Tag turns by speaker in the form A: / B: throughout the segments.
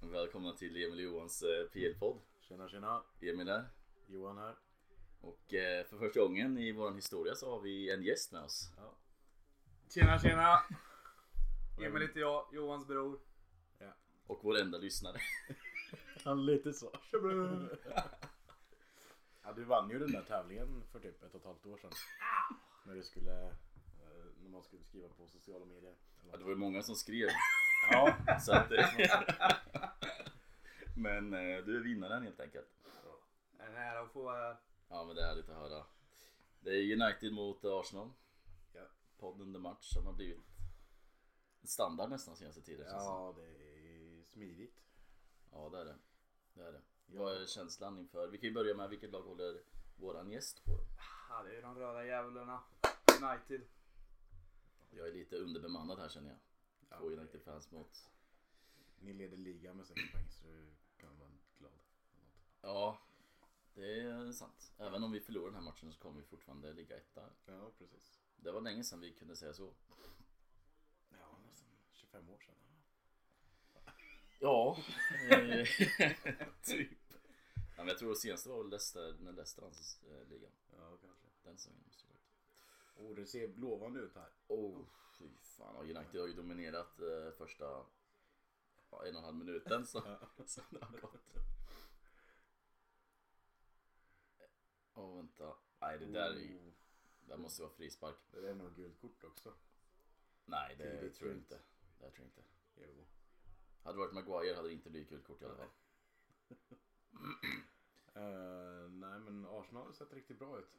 A: välkomna till Emil Johans eh, PL-podd.
B: Tjena tjena,
A: Emil här.
B: Johan här.
A: Och eh, för första gången i vår historia så har vi en gäst med oss.
B: Ja.
C: Tjena tjena! Emil heter jag, Johans bror.
A: Och vår enda lyssnare.
B: Han lite så. ja, du vann ju den där tävlingen för typ ett och ett halvt år sedan. När du skulle, eh, när man skulle skriva på sociala medier.
A: Ja, det var ju många som skrev.
B: Ja,
A: Så att, eh, men eh, du är vinnaren helt enkelt.
C: Det är en ära att få vara här. eh,
A: Ja men det är härligt att höra. Det är United mot Arsenal.
B: Ja.
A: Podden The Match som har blivit standard nästan senaste tiden. känns det som.
B: ja det är smidigt.
A: ja det är det. det, är det. Vad är känslan inför? Vi kan ju börja med vilket lag håller våran gäst på?
C: Ah, det är de röda djävulerna. United.
A: Jag är lite underbemannad här känner jag. Två United-fans mot...
B: Ni leder ligan med sex poäng så du kan vara glad.
A: Ja, det är sant. Även om vi förlorar den här matchen så kommer vi fortfarande ligga etta.
B: Ja, precis.
A: Det var länge sedan vi kunde säga så.
B: Ja, nästan 25 år sedan.
A: Ja, eh, typ. Ja, men jag tror det senaste var väl Leicester, när Leicester vann eh, ligan.
B: Ja, kanske.
A: Den säsongen måste det ha varit.
B: Och Oh, det ser lovande ut här.
A: Oh, fy fan. Och United har ju dominerat eh, första ja, en och en halv minuten så, så det har gått. Åh vänta. Nej det där är ju,
B: Oh,
A: det måste vara frispark.
B: Det är nog gult kort också.
A: Nej det
B: Tidigt
A: tror jag
B: gult.
A: inte. Det tror jag inte.
B: Jo.
A: Hade det varit Maguire hade det inte blivit gult kort i alla fall.
B: Eh, nej men Arsenal har sett riktigt bra ut.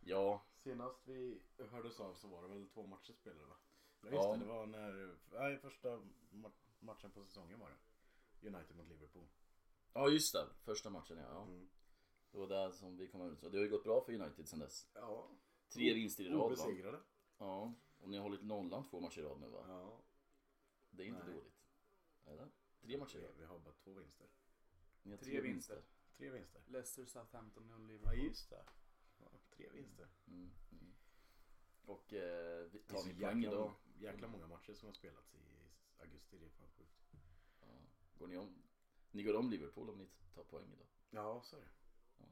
A: Ja,
B: Senast vi hördes av så var det väl två matcher spelade va? Ja
A: Ja.
B: just det, det var när, nej, första ma- matchen på säsongen var det. United mot Liverpool.
A: ja just det. Första matchen ja. ja.
B: Mm.
A: Det var där som vi kom ut. Och det har ju gått bra för United sedan dess.
B: Ja.
A: Tre vinster i rad va?
B: Mm. Obesegrade.
A: Ja. Och ni har hållit nollan två matcher i rad nu va?
B: Ja.
A: Det är inte
B: Nej.
A: dåligt. Eller? Tre matcher i
B: Vi,
A: rad.
B: vi har bara två vinster.
A: Ni har
C: Tre vinster.
B: Tre vinster.
C: Leicester, Southampton och
B: Ja
C: Liverpool.
B: just det. Ja, tre vinster.
A: Mm, mm. Och eh, vi
B: Det är
A: tar
B: så
A: ni poäng idag?
B: jäkla, jäkla många matcher som har spelats i augusti. Det är fan sjukt.
A: Ja. Går ni om? Ni går om Liverpool om ni tar poäng idag?
B: Ja så är det.
A: Ja.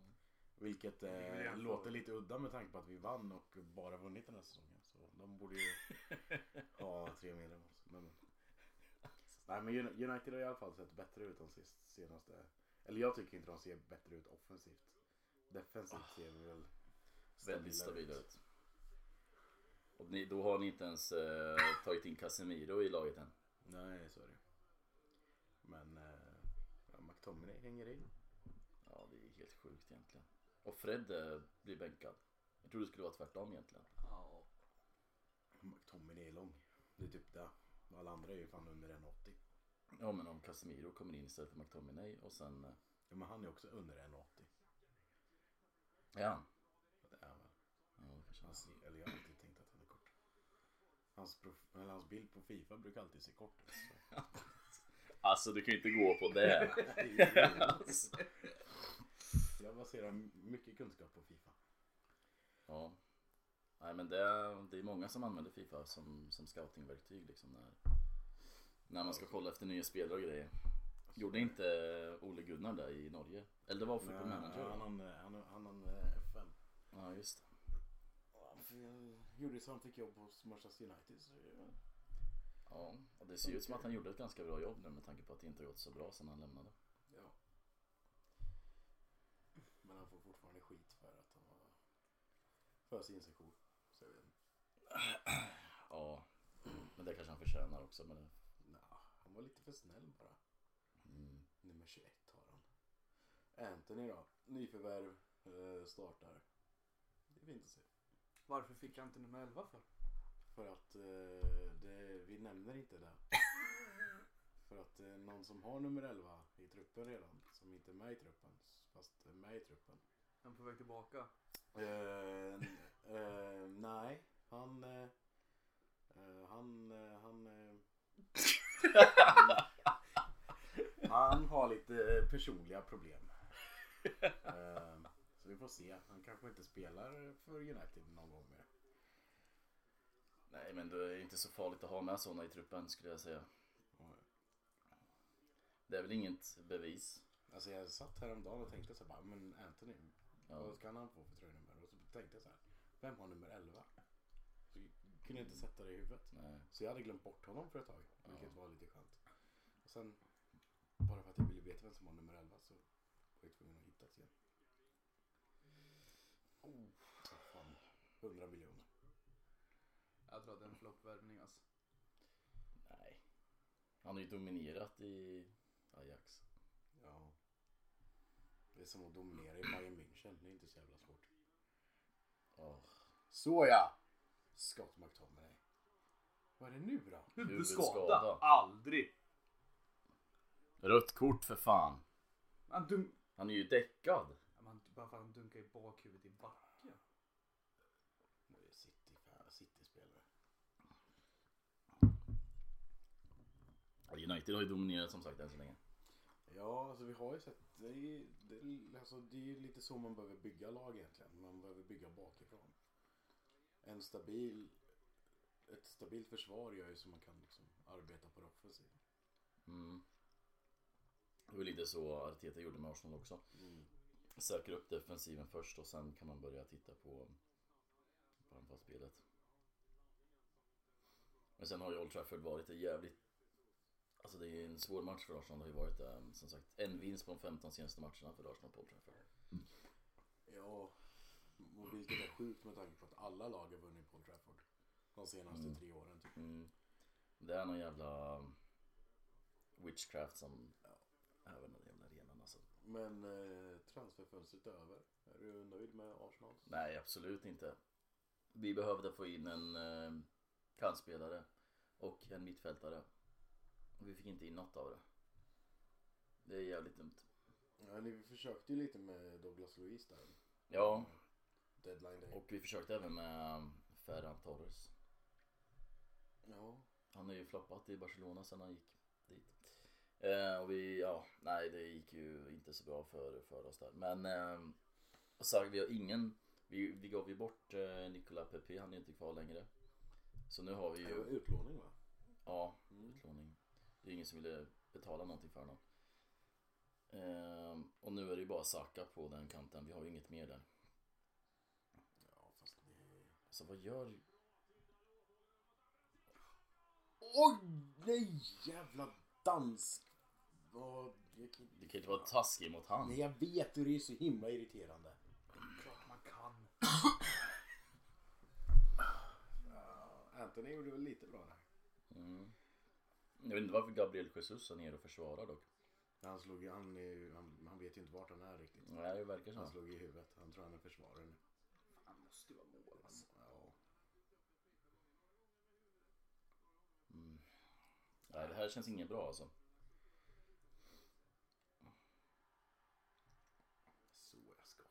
B: Vilket
C: ligger väl i
B: eh,
C: alla
B: låter
C: fall.
B: lite udda med tanke på att vi vann och bara vunnit den här säsongen. Så de borde ju ha tre medlemmar. också. Men, nej men Un- United har i alla fall sett bättre ut de sist, senaste. Eller jag tycker inte de ser bättre ut offensivt. Defensivt ser vi väl
A: Väldigt stabila ut. Och ni, då har ni inte ens eh, tagit in Casemiro i laget än?
B: Nej så är det. Men eh, ja, McTominay hänger i.
A: Ja, det är helt sjukt egentligen. Och Fred eh, blir bänkad. Jag tror det skulle vara tvärtom egentligen.
C: Ja.
B: McTominay är lång. Det är typ det. Alla andra är ju fan under 1,80.
A: Ja, men om Casemiro kommer in istället för McTominay och sen... Eh,
B: Ja, men han är också under 1,80.
A: ja.
B: Det är han väl.
A: ja det kanske han
B: Han
A: är.
B: ser, eller jag har alltid tänkt att han är kort. Hans, prof- eller hans bild på Fifa brukar alltid se kort ut. så.
A: Alltså, du kan ju inte gå på det. alltså.
B: Jag baserar mycket kunskap på Fifa.
A: Ja. Nej men det, det är många som använder Fifa som, som scoutingverktyg liksom när, när man ska kolla efter nya spelare och grejer. Gjorde inte eh, Ole Gunnar det i Norge? Eller det var Football Manager?
B: han
A: va?
B: hann, eh, han, han, hann, eh, FM.
A: Ja just det.
B: Han gjorde så han fick jobb hos Manchester United. Så det är-
A: Ja, och det ser ju ut som att han gjorde ett ganska bra jobb nu med tanke på att det inte har gått så bra sedan han lämnade.
B: ja. Men han får fortfarande skit för att han var för sin sektion. Så jag vet inte.
A: Ja, men det kanske han förtjänar också. Men det,
B: Nja, han var lite för snäll bara.
A: mm.
B: Nummer 21 har han. Anthony då. Nyförvärv. eh, Startar. Det är fint att se.
C: Varför fick jag inte nummer 11 för?
B: För att eh, det, vi nämner inte det. För att eh, någon som har nummer 11 i truppen redan, som inte är med i truppen, fast är med i truppen.
C: Den är på väg tillbaka.
B: Eh, eh, nej, han... Eh, eh, han... Eh, han, eh, han... Han har lite eh, personliga problem. Eh, så vi får se. Han kanske inte spelar för United någon gång mer.
A: Nej men det är inte så farligt att ha med sådana i truppen skulle jag säga. Det är väl inget bevis?
B: Alltså jag satt häromdagen och tänkte så här, bara, men Anthony,
A: Ja.
B: vad kan han få för tröjnummer? Och så tänkte jag så här, vem har nummer 11? Så jag kunde inte sätta det i huvudet.
A: Nej.
B: Så jag hade glömt bort honom för ett tag, vilket var lite skönt. Och sen, bara för att jag ville veta vem som har nummer 11 så var jag tvungen att hitta det igen. Oh, vad fan. 100 miljoner.
C: Jag tror att det är en floppvärvning alltså.
A: Nej. Han har ju dominerat i Ajax.
B: Ja. Det är som att dominera i Bayern München, det är inte så jävla svårt.
A: Åh,
B: Såja! Scott McTominay. Vad är det nu då?
A: Huvudskada.
C: Huvudskada? Aldrig!
A: Rött kort för fan.
C: Han dunk...
A: Han är ju däckad.
C: Ja, men han- Bara för att han dunkar i bakhuvudet i backen.
B: Nu är City, fan, City-spelare.
A: United har ju dominerat som sagt än så länge.
B: Ja, alltså vi har ju sett. Det är, ju- det, är- alltså, det är ju lite så man behöver bygga lag egentligen. Man behöver bygga bakifrån. En stabil, ett stabilt försvar gör ju så man kan liksom arbeta på det offensiva.
A: Mm. Det var lite så Arteta gjorde med Arsenal också. Söker upp defensiven först och sen kan man börja titta på, på anfallsspelet. Men sen har ju Old Trafford varit ett jävligt... Alltså det är ju en svår match för Arsenal. Det har ju varit eh, som sagt en vinst på de 15 senaste matcherna för Arsenal på Old Trafford.
B: Ja, och vilket är sjukt med tanke på att alla lag har vunnit på Old Trafford de senaste tre åren. Typ.
A: Mm. Det är någon jävla witchcraft som... Även den jävla arenan alltså.
B: Men eh, transferfönstret är över. Är du nöjd med Arsenal?
A: Nej, absolut inte. Vi behövde få in en eh, kantspelare och en mittfältare. Och vi fick inte in något av det. Det är jävligt dumt.
B: Ja, ni försökte ju lite med Douglas Luiz där.
A: Ja,
B: Deadline day.
A: och vi försökte även med eh, Ferran Torres.
B: Ja,
A: Han har ju floppat i Barcelona sen han gick dit. Eh, och vi, ja, nej det gick ju inte så bra för, för oss där. Men eh, Sarg, vi har ingen, vi, vi gav ju bort eh, Nicola Pepe, han är inte kvar längre. Så nu har vi
B: det var
A: ju,
B: utlåning va?
A: ja,
B: Mm.
A: utlåning. Det är ingen som ville betala någonting för honom. Ehm, och nu är det ju bara Saka på den kanten, vi har ju inget mer där.
B: Ja, fast det...
A: Så vad gör...
B: Oj, nej jävla dansk. Åh, jag kan...
A: Du kan ju inte vara taskig mot han.
B: Nej jag vet hur det är så himla irriterande.
C: Klart man kan.
B: Oh. Anthony gjorde väl lite bra där.
A: Mm. Jag vet inte varför Gabriel Jesus är nere och försvarar dock.
B: Han slog ju, han, är ju- han, han vet ju inte vart han är riktigt.
A: Nej, det verkar
B: Han
A: så.
B: slog i huvudet. Han tror han är försvarare nu.
C: Han måste ju vara mål alltså.
B: Ja.
A: Nej, det här känns inget bra alltså.
B: Så jag skott.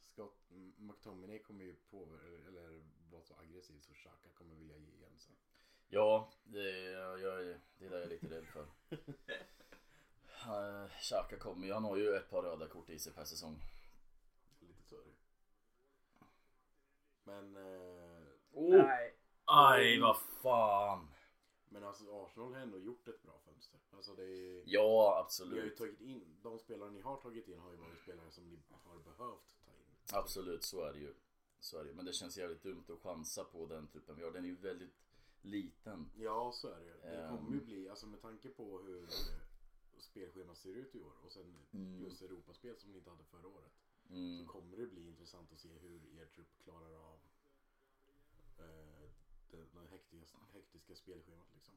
B: Scott M- McTominay kommer ju påverka, eller vara så aggressiv så Xhaka kommer vilja ge igen sen.
A: Ja, det, är- jag, är- det där är jag lite rädd för. Eh, Xhaka kommer ju. Han har ju ett par röda kort i sig per säsong.
B: Lite så är det. Men, eh,
C: Nej.
A: Aj, vad fan!
B: men alltså Arsenal har ändå gjort ett bra fönster. Alltså det är,
A: Ja,
B: ni har ju
A: absolut.
B: tagit in, de spelare ni har tagit in har ju varit spelare som ni har behövt ta in.
A: Absolut, så är det ju. Så är det. ju. Men det känns jävligt dumt att chansa på den typen vi har. Den är ju väldigt liten.
B: Ja, så är det ju. Det
A: Ehm.
B: kommer ju bli, alltså med tanke på hur spelschemat ser ut i år och sen
A: Mm.
B: just Europaspel som ni inte hade förra året.
A: Mm.
B: Så kommer det bli intressant att se hur er trupp klarar av eh, det, det hektiska, hektiska spelschemat liksom.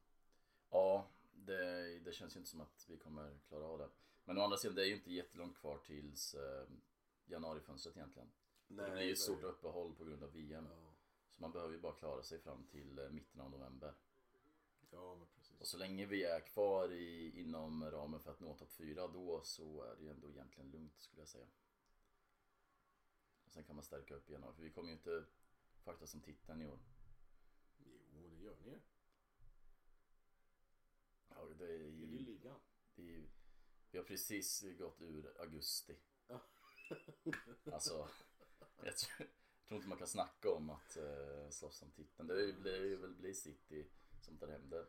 A: Ja, det, det känns ju inte som att vi kommer klara av det. Men å andra sidan, det är ju inte jättelångt kvar tills eh, januarifönstret egentligen. det blir ju ett
B: så är
A: stort uppehåll på grund av VM.
B: Ja,
A: Så man behöver ju bara klara sig fram till eh, mitten av november.
B: ja, men
A: Och
B: precis.
A: så länge vi är kvar i, inom ramen för att nå topp 4 då så är det ju ändå egentligen lugnt skulle jag säga. Och sen kan man stärka upp igen för vi kommer ju inte faktiskt som titeln i år.
B: Jo, det gör ni ju.
A: Ja, det är
B: Det är ju
A: ju,
B: ligan.
A: det är ju, vi har precis gått ur augusti. Alltså, jag tror, jag tror inte man kan snacka om att eh, slåss om titeln. Det blir- blir ju väl bli City som tar hem det.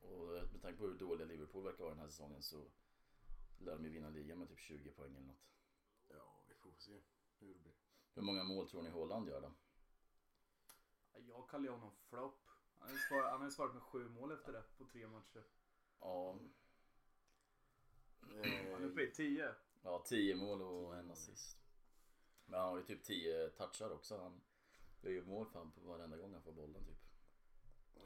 A: Och eh, med tanke på hur dåliga Liverpool verkar vara den här säsongen så lär de ju vinna ligan med typ 20 poäng eller något.
B: Ja, vi får se hur det blir.
A: Hur många mål tror ni Haaland gör då?
C: Jag kallar ju honom flopp. Han har ju svarat, han har ju svarat med sju mål efter det på tre matcher.
A: Ja,
C: Han är uppe i tio.
A: ja 10 mål och en assist. Men han har ju typ 10 touchar också. Han gör ju mål fan på varenda gång han får bollen typ.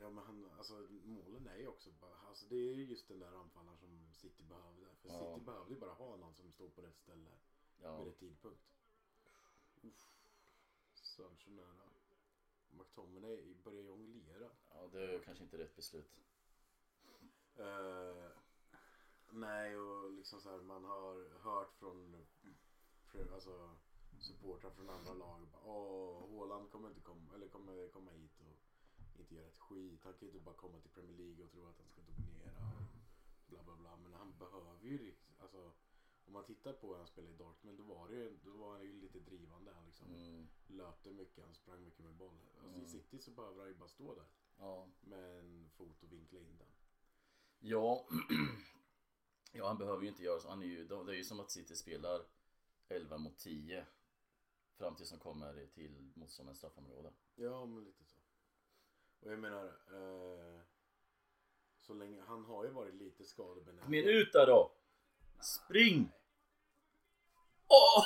B: Ja men han, alltså målen är ju också bara, alltså det är ju just den där anfallaren som City behövde. För
A: Ja.
B: City behövde ju bara ha någon som står på rätt ställe
A: Ja,
B: vid rätt tidpunkt. Uff. Sancho nära. McTominay börjar ju ånglera.
A: ja det är kanske inte rätt beslut.
B: Eh, nej och liksom så här, man har hört från från- alltså, supportrar från andra lag. och bara, Åh, Haaland kommer inte komma, eller kommer komma hit och inte göra ett skit. Han kan ju inte bara komma till Premier League och tro att han ska dominera. Och bla bla bla. Men han behöver ju rikt- alltså, om man tittar på hur han spelade i Dortmund då var, det ju, då var han ju lite drivande. Han liksom
A: Mm,
B: löpte mycket, han sprang mycket med boll. Alltså,
A: Mm.
B: I City så behöver han ju bara stå där
A: ja.
B: med en fot och vinkla in den.
A: Ja, ja han behöver ju inte göra så. Han är ju, de- det är ju som att City spelar 11 mot 10 fram tills de kommer till motståndarens straffområde.
B: Ja, men lite så. Och jag menar, eh, så länge, han har ju varit lite skadebenägen.
A: Kom igen ut där då! Spring! Åh!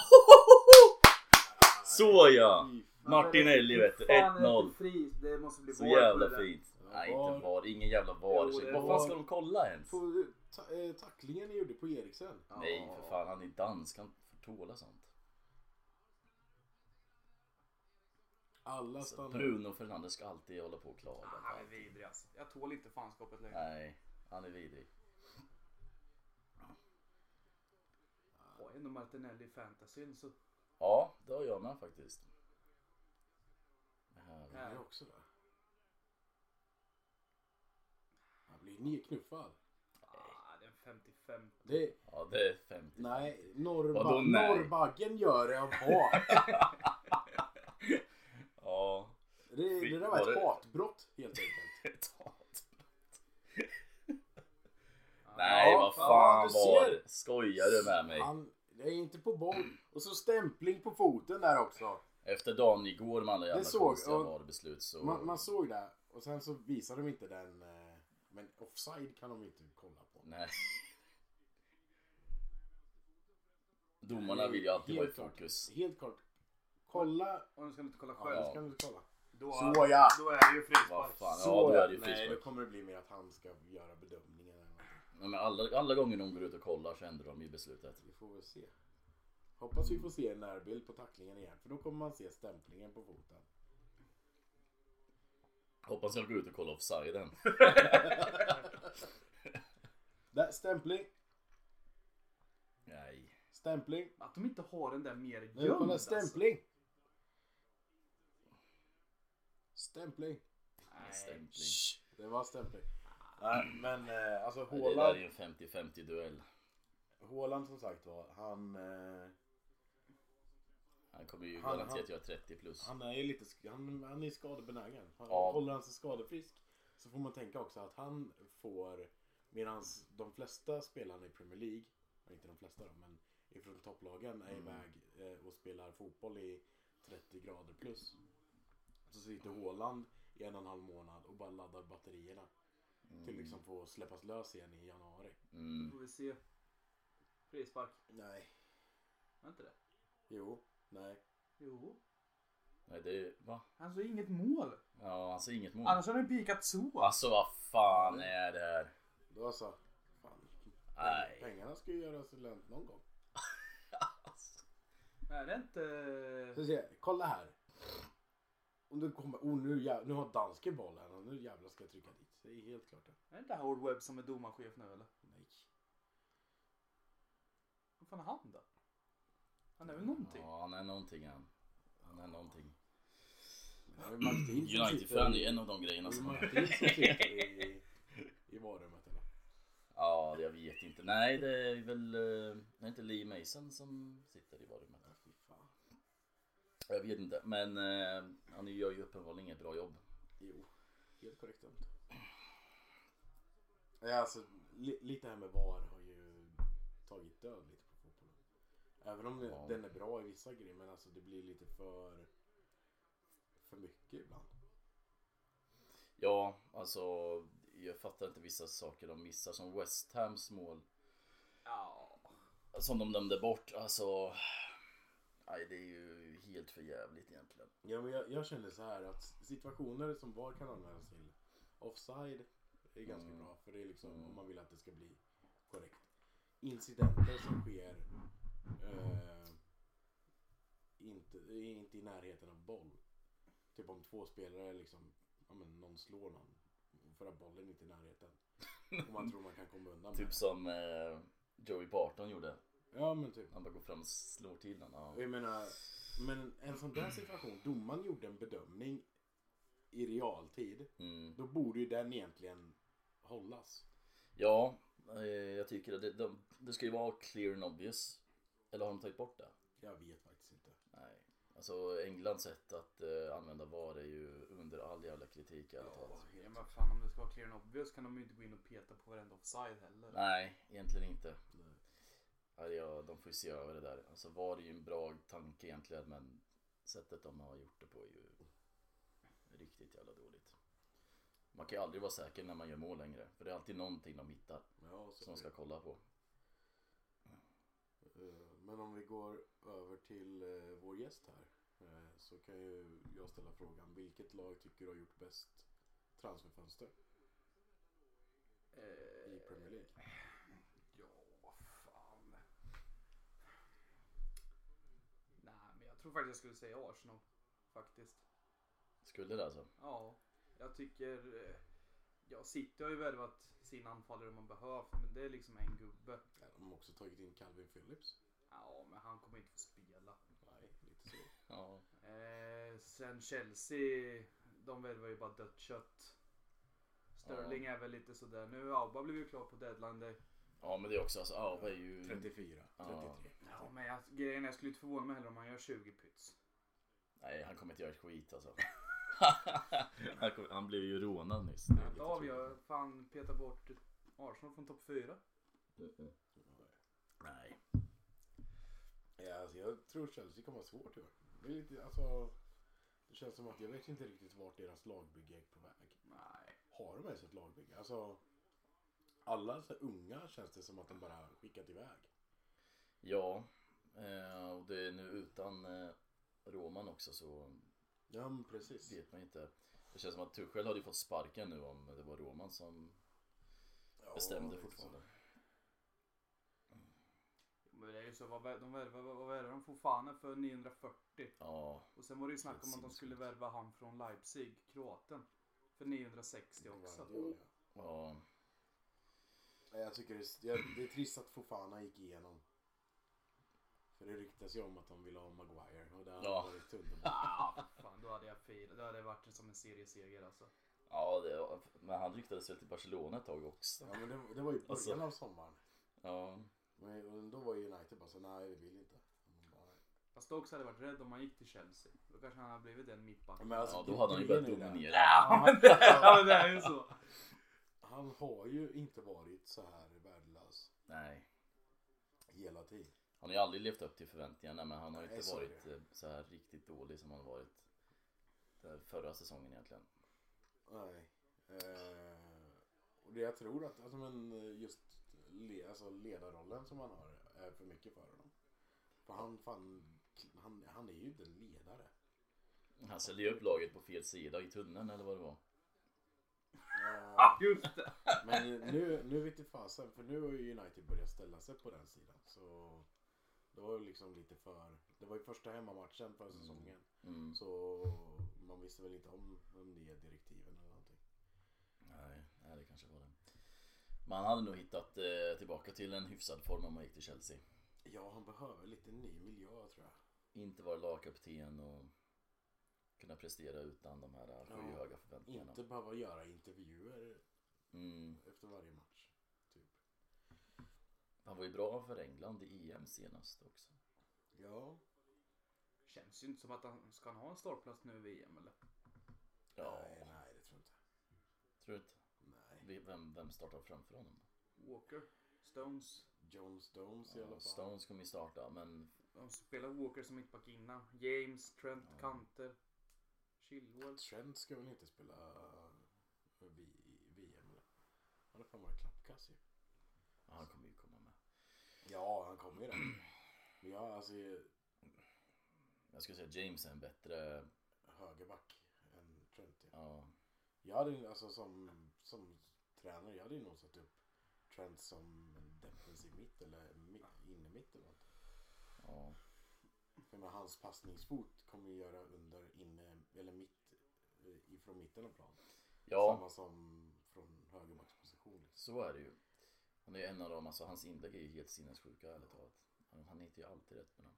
A: Så ja!
B: Fy fan.
A: Martinelli vet du,
C: Fan, är det
A: 1-0
C: inte fri? Det måste bli
A: Så
C: VAR på
A: jävla
C: det där.
A: fint. Nej inte VAR, ingen jävla
C: Jo, det
A: VAR.
C: är
A: Vad fan
C: VAR.
A: ska de kolla ens?
B: På, ta, eh, tacklingen ni gjorde på Eriksen.
A: Nej för fan, han är dansk, han får tåla sånt.
B: Alla
A: Så
B: stannar.
A: Bruno Fernandes ska alltid hålla på och klaga.
C: Ah, Han är vidrig alltså. Jag tål inte fanskapet längre.
A: Nej, han är vidrig.
C: Och ändå Martinelli i fantasyn så...
A: Ja, det har jag med faktiskt. Det här-
B: Han är också där. Han blir nedknuffad.
C: Ah, det är en 55.
B: Det,
A: Ja, det är 50.
B: nej, norrba,
A: Vadå nej?
B: Norrbaggen gör det av hat.
A: Ja,
B: Det, det där var
A: Var
B: ett
A: det-
B: hatbrott helt enkelt.
A: ett hat.
C: Ah,
A: Nej,
B: Ja,
A: vad
B: fan,
A: fan
B: du
A: var
B: ser.
A: det? Skojar du med mig?
B: Han det är inte på boll. Och så stämpling på foten där också.
A: Efter dagen igår med alla jävla
B: såg-
A: konstiga
B: ja.
A: VAR-beslut så...
B: Man, man såg det och sen så visar de inte den. eh, Men offside kan de inte kolla på.
A: Nej. Domarna vill ju alltid vara i fokus.
B: Klart, Eh, helt klart. Kolla.
C: Och nu ska vi inte kolla
B: Ja,
C: själv.
B: det kan du kolla.
C: Då,
B: Så ja.
C: då är det ju
A: Vad
C: frispark.
A: fan, ja då är det ju
B: Nej, då
A: frispark.
B: kommer det bli mer att han ska göra bedömningen. eller någonting.
A: Nej, men alla, alla gånger de går ut och kollar så ändrar de ju beslutet.
B: Vi får väl se. Hoppas vi får se en närbild på tacklingen igen. För då kommer man se stämplingen på foten.
A: Hoppas jag går ut och kollar offsiden.
B: Där, stämpling.
A: Nej.
B: Stämpling.
C: Att de inte har den där mer gömd.
B: Nu, kolla,
C: alltså.
B: stämpling. Stämpling.
C: Nej.
A: Stämpling.
B: Det var stämpling. Nej, men eh, alltså
A: Nej, Det där är
B: Haaland,
A: ju en 50-50 duell.
B: Haaland som sagt var, han, eh,
A: Han kommer ju
B: Han-
A: garanterat
B: han-
A: göra 30 plus.
B: han är ju lite, sk- han, han är skadebenägen. Han,
A: Ja.
B: Håller han sig skadefrisk så får man tänka också att han får, medan de flesta spelarna i Premier League, ja, inte de flesta då, men ifrån topplagen är iväg eh, och spelar fotboll i 30 grader plus. Så sitter Haaland i en och en halv månad och bara laddar batterierna. Till liksom få släppas lös igen i januari.
A: Mm.
C: Får vi se. Frispark.
B: Nej.
C: Var inte det?
B: Jo. Nej.
C: Jo.
A: Nej, det är... Va?
C: Han såg inget mål.
A: Ja, alltså inget mål.
C: Annars hade den pikat så.
A: Alltså vad fan är det här?
B: Då så. Fan.
A: Nej.
B: Pengarna ska ju göras lönt någon gång.
C: Nej, det är inte...
B: Så ser jag, kolla här. Om du kommer, oh nu, jä- nu har dansken bollen och nu jävlar ska jag trycka dit. Det är helt klart det.
C: Är det inte Howard Webb som är domarchef nu eller?
B: Nej.
C: Vad fan är han då? Han är väl någonting?
A: Ja, han är någonting han. Han är någonting.
B: Men det är Martin som sitter-
A: United-fan är en av de grejerna
B: det är
A: som...
B: Martin som sitter i, i varummet eller?
A: Ja, jag vet inte. Nej, det är väl... eh, Det är inte Lee Mason som sitter i varumärket.
B: Ja, fy fan.
A: Jag vet inte, men eh, han gör ju uppenbarligen inget bra jobb.
B: Jo, helt korrekt dömt. Ja, alltså, li, lite det här med VAR har ju tagit död lite på fotbollen. Även om det-
A: Ja.
B: den är bra i vissa grejer, men alltså det blir lite för, för mycket ibland.
A: Ja, alltså jag fattar inte vissa saker de missar som West Hams mål
C: Ja.
A: som de dömde bort. Alltså, nej, det är ju helt för jävligt egentligen.
B: Ja, men jag, jag känner så här att situationer som VAR kan användas till offside är ganska
A: Mm.
B: bra för det är liksom
A: Mm.
B: om man vill att det ska bli korrekt. Incidenter som sker eh, inte, inte i närheten av boll. Typ om två spelare liksom, ja men någon slår någon för att bollen inte är i närheten. Och man tror man kan komma undan med
A: Typ
B: det.
A: som eh, Joey Barton gjorde.
B: Ja men typ.
A: Han bara går fram och slår till den. Ja.
B: Och Jag menar, men en sån där situation, domaren gjorde en bedömning i realtid.
A: Mm.
B: Då borde ju den egentligen hållas.
A: Ja, eh, jag tycker det. Det, de, det ska ju vara clear and obvious. Eller har de tagit bort det?
B: Jag vet faktiskt inte.
A: Nej. Alltså Englands sätt att eh, använda VAR är ju under all jävla kritik. Ja.
C: Ja, men fan om det ska vara clear and obvious kan de ju inte gå in och peta på varenda offside heller.
A: Nej, egentligen inte.
B: Nej.
A: Ja, ja, de får ju se över det där. Alltså VAR är ju en bra tanke egentligen men sättet de har gjort det på är ju riktigt jävla dåligt. Man kan ju aldrig vara säker när man gör mål längre. För det är alltid någonting de hittar
B: Ja, så
A: som de ska kolla på.
B: Eh, Men om vi går över till eh, vår gäst här. eh, Så kan ju jag ställa frågan. Vilket lag tycker du har gjort bäst transferfönster
C: Eh,
B: i Premier League?
C: Ja, fan. Nej, men jag tror faktiskt jag skulle säga Arsenal. Faktiskt.
A: Skulle det alltså?
C: Ja, jag tycker... eh, Ja, City har ju värvat sina anfallare man behövt, men det är liksom en gubbe.
B: Ja, De har också tagit in Calvin Phillips.
C: Ja, men han kommer inte få spela.
B: Nej, lite så.
A: Ja.
C: Eh, sen Chelsea, de värvar ju bara dött kött. Sterling är väl lite sådär nu. Auba blev ju klar på deadline day.
A: Ja men det är också, alltså Auba är ju...
B: 34,
A: Ja.
B: 33.
C: Ja, men jag, grejen är, jag skulle inte förvåna mig heller om han gör 20 pyts.
A: Nej han kommer inte göra ett skit alltså. han, kom, han blev ju rånad nyss. Det är
C: Ja, Dav
A: jättetråkigt.
C: jag fan petar bort Arsenal från topp 4.
A: Mm, mm. Nej.
B: Ja, alltså jag tror Chelsea kommer ha svårt i år. Det, är lite, alltså, det känns som att jag vet inte riktigt vart deras lagbygge är på väg.
C: Nej.
B: Har de ens ett lagbygge? Alltså, alla så här unga känns det som att de bara skickat iväg.
A: Ja. Eh, och det är nu utan eh, Roman också så
B: Ja, men precis.
A: vet man inte. Det känns som att Tuchel hade ju fått sparken nu om det var Roman som
B: Ja,
A: bestämde
B: lite
A: fortfarande.
C: Men det är ju så, vad vär- de värvar, vad vad värvar de? Fofana för 940.
A: Ja,
C: Och sen var det ju snack om att de
A: Sinnessjukt.
C: skulle värva han från Leipzig, kroaten. För 960
B: så.
C: också.
B: Ja, ja.
A: ja.
B: Nej, Jag tycker det är, jag, det är trist att Fofana gick igenom. För det ryktas ju om att de ville ha Maguire och det hade
A: Ja.
B: varit underbart.
C: Ah, fan, då hade jag firat. Det hade varit som en serieseger alltså.
A: Ja, det var, men han ryktades väl till Barcelona ett tag också.
B: Ja, men det, det var ju början
A: Alltså.
B: av sommaren.
A: Ja,
B: Men och då var ju United bara så nej vi vill inte. Och man bara, nej.
C: Fast Stokes hade varit rädd om han gick till Chelsea. Då kanske han hade blivit en mittback.
B: Men alltså,
A: ja då hade han ju börjat
B: grejen är det här.
A: dominera.
C: Ja, men det, ja, men det är ju så.
B: Han har ju inte varit så här värdelös
A: Nej.
B: hela tiden.
A: Han har ju aldrig levt upp till förväntningarna men han har ju
B: Nej,
A: inte
B: så är
A: varit eh, så här riktigt dålig som han varit den förra säsongen egentligen.
B: Nej. Eh, och det jag tror att alltså, men just le, alltså, ledarrollen som han har är för mycket för honom. För han, fan, han, han är ju inte en ledare.
A: Han ställde ju upp laget på fel sida i tunneln eller vad det var.
B: Eh,
C: Just det.
B: men nu, nu vet du fasen för nu har ju United börjat ställa sig på den sidan. Så det var ju liksom lite för... Det var ju första hemmamatchen för säsongen.
A: Mm.
B: Så man visste väl inte om de nya direktiven eller någonting.
A: Nej, nej, det kanske var det. Men han hade nog hittat eh, tillbaka till en hyfsad form om han gick till Chelsea.
B: Ja, han behöver lite ny miljö tror jag.
A: Inte vara lagkapten och kunna prestera utan de här skyhöga förväntningarna.
B: Inte behöva göra intervjuer
A: Mm.
B: efter varje match. Typ.
A: E Han var ju bra för England i EM senast också.
B: Ja.
C: Känns ju inte som att han ska han ha en startplats nu i VM eller?
A: Ja,
B: Nej, nej det tror jag inte.
A: tror du inte?
B: Nej.
A: Vi- Vem, vem startar framför honom?
C: Walker? Stones?
B: Jones Stones i alla
A: Ja,
B: fall.
A: Stones kommer ju starta men
C: De spelar Walker som mittback innan. James, Trent,
A: Ja.
C: Kanter, Chilwell.
B: Trent ska väl inte spela eh, vi- i VM eller? Han har fan varit klappkass ju.
A: han kommer ju komma med.
B: Ja, han kommer ju där. Men jag alltså
A: Jag skulle säga James är en bättre,
B: högerback än Trent. Ja.
A: ja.
B: Jag hade ju, alltså som, som tränare, jag hade ju nog satt upp Trent som en defensiv mitt eller mi- inne mitt eller något.
A: ja.
B: För med hans passningsfot kommer ju göra under, inne eller mitt eh, ifrån mitten av plan.
A: Ja,
B: Samma som från högerbacksposition. Liksom.
A: så är det ju. Han är ju en av dem, alltså hans inlägg är ju helt sinnessjuka ärligt talat. Han, han hittar ju alltid rätt med dem.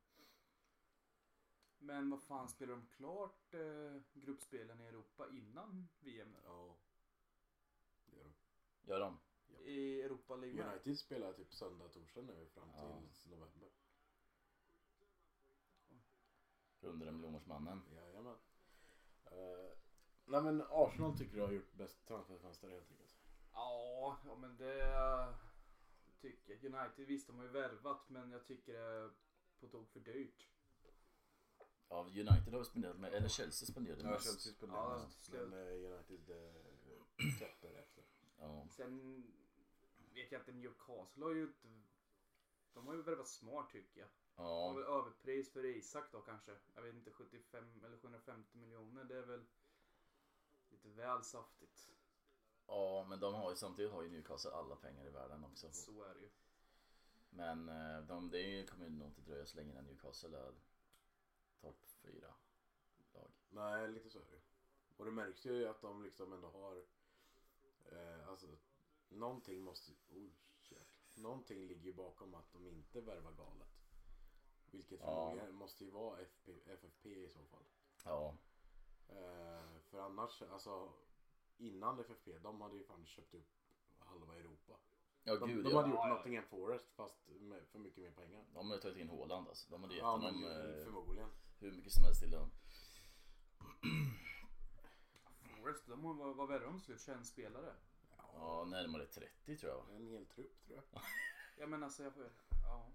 C: Men vad fan, spelar de klart eh, gruppspelen i Europa innan VM nu då?
B: Ja. Det gör de.
A: Gör de?
C: I Europa League? med?
B: United spelar typ söndag, torsdag nu fram
A: Ja.
B: till november.
A: Hundra miljoners mannen.
B: Jajamän. Uh, nej men Arsenal tycker du har gjort bäst transferfönster helt enkelt.
C: Ja, ja men det tycker jag. United visst, de har ju värvat men jag tycker det är på tok för dyrt.
A: Ja, United har spenderat med, eller Chelsea spenderade mest.
C: Ja,
B: spenderar mest.
C: slut.
B: Men eh, United eh, täpper efter.
A: Ja,
C: Sen vet jag inte, Newcastle har ju inte... De har ju värvat smart tycker jag. De har
A: ja,
C: väl överpris för Isak då kanske. Jag vet inte, 75 eller 750 miljoner det är väl lite väl saftigt.
A: ja men de har ju, samtidigt har ju Newcastle alla pengar i världen också.
C: Så är det ju.
A: Men eh, de, det kommer ju nog inte dröja så länge innan Newcastle är topp fyra lag.
B: Nej, lite så är det ju. Och det märks ju att de liksom ändå har... Eh, alltså, någonting måste... Oj, jäklar. någonting ligger ju bakom att de inte värvar galet. Vilket
A: Ja.
B: förmodligen måste ju vara FP, FFP i så fall.
A: Ja,
B: Eh, för annars, alltså innan FFP, de hade ju fan köpt upp halva Europa.
A: ja
B: De,
A: gud
B: de
A: ja.
B: hade gjort
C: Ja, ja, ja.
B: Nottingham Forest fast med för mycket mer pengar.
A: De hade tagit in Haaland alltså. De hade gett
B: Ja, men
A: honom
B: ju-
A: eh,
B: förmodligen.
A: hur mycket som helst till dem.
C: Forest, de har, vad, vad värre de slut? 21 spelare?
B: Ja,
A: Ja, närmare 30 tror jag. va?
B: en hel trupp tror jag.
C: Ja men alltså jag får... Ja.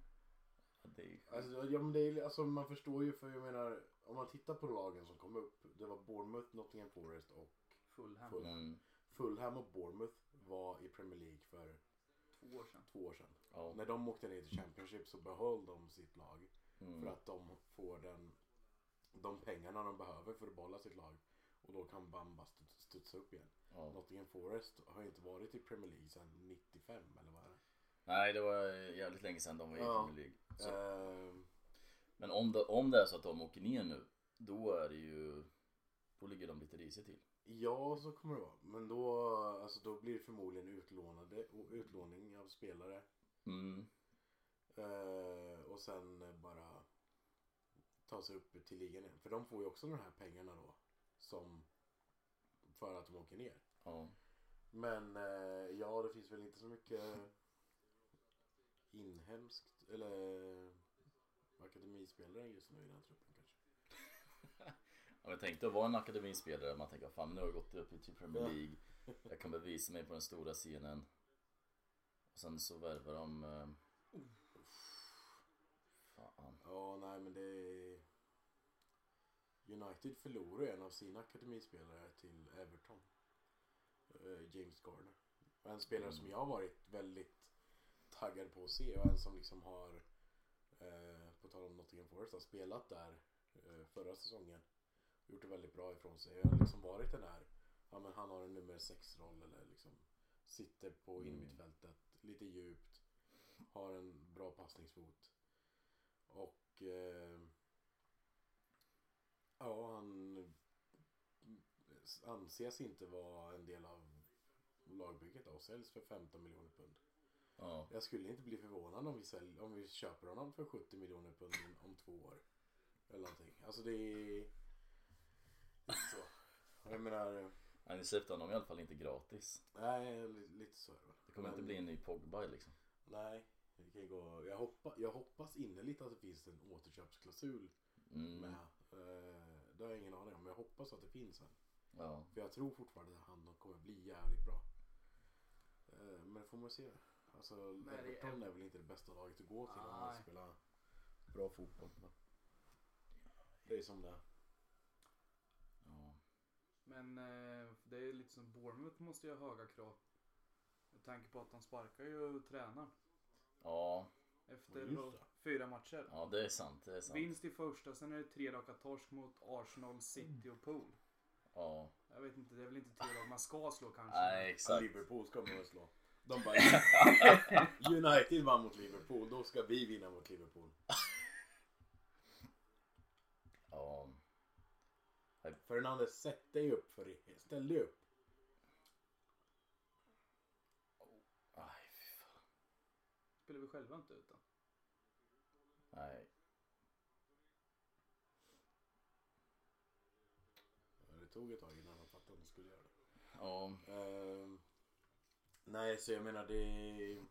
A: Ja, Det är ju sjukt.
B: Alltså, ja, men det är, alltså, man förstår ju för jag menar om man tittar på lagen som kom upp. Det var Bournemouth, Nottingham Forest och
C: Fulham.
B: Fulham.
A: Mm,
B: Fulham och Bournemouth var i Premier League för
C: Två år sedan.
B: två år sedan.
A: ja.
B: När de åkte ner till Championship så behöll de sitt lag. För
A: Mm,
B: att de får den, de pengarna de behöver för att behålla sitt lag. Och då kan Bamba stu- studsa upp igen.
A: ja.
B: Nottingham Forest har ju inte varit i Premier League sedan 95 eller vad är det?
A: Nej, det var jävligt länge sedan de var i
B: Ja.
A: Premier League. Så-
B: Ehm,
A: Men om det, om det är så att de åker ner nu, då är det ju... Då ligger de lite risigt till.
B: ja, så kommer det vara. Men då, alltså, då blir det förmodligen utlånade, och utlåning av spelare.
A: Mm.
B: Ehm, och sen bara ta sig upp till ligan igen. För de får ju också de här pengarna då. Som för att de åker ner.
A: Ja.
B: Men eh, ja, det finns väl inte så mycket inhemskt eller eh, akademispelare just nu i den här truppen kanske.
A: Ja, men tänk dig att vara en akademispelare. Man tänker fan nu har jag gått upp till Premier
B: Ja.
A: League. Jag kan bevisa mig på den stora scenen. Och sen så värvar de... Eh... Fan.
B: Ja, nej men det är... United förlorar en av sina akademispelare till Everton. Eh, James Garner. Och en spelare som jag har varit väldigt taggad på att se och en som liksom har, eh, på tal om Nottingham Forest, har spelat där eh, förra säsongen. Gjort det väldigt bra ifrån sig. Han har liksom varit den där, ja men han har en nummer 6-roll eller liksom sitter på
A: Mm.
B: innermittfältet, lite djupt, har en bra passningsfot. Och eh, ja, han anses inte vara en del av lagbygget då, och säljs för 15 miljoner pund.
A: Ja.
B: Jag skulle inte bli förvånad om vi, sälj, om vi köper honom för 70 miljoner pund om- om två år. Eller någonting. Alltså det är... Lite så. Jag menar,
A: Ja, Ni släppte honom i alla fall inte gratis.
B: nej, li- lite så är det väl.
A: Det kommer inte
B: Men-
A: bli en ny Pogba liksom.
B: Nej, det kan ju gå. Jag, hoppa, jag hoppas innerligt att det finns en återköpsklausul
A: Mm.
B: med. Eh, det har jag ingen aning om, men jag hoppas att det finns en.
A: Ja.
B: För jag tror fortfarande att han kommer bli jävligt bra. Eh, men får man se. Alltså,
C: det är-
B: Everton är väl inte det bästa laget att gå till om man
C: Nej.
B: vill spela bra fotboll. Men det är som det är.
A: ja.
C: Men eh, det är lite som Bournemouth måste ju ha höga krav. Med tanke på att de sparkar ju tränaren
A: Ja,
C: efter
B: Just det.
C: fyra matcher.
A: ja, det är sant. Det är sant.
C: Vinst i första, sen är det tre raka torsk mot Arsenal, City och Pool.
A: Ja.
C: Jag vet inte, det är väl inte tre lag man ska slå kanske.
A: Nej,
B: Ja,
A: exakt.
B: Liverpool ska man väl slå. De bara United vann mot Liverpool, då ska vi vinna mot Liverpool.
A: Ja.
B: Fernandes, sätt dig upp för det. Ställ dig upp.
A: Aj, fy fan.
C: Spelar vi själva inte utan.
A: Nej.
B: Ja, Det tog ett tag innan de fattade att de skulle göra det.
A: Ja.
B: Ehm, nej, så jag menar det...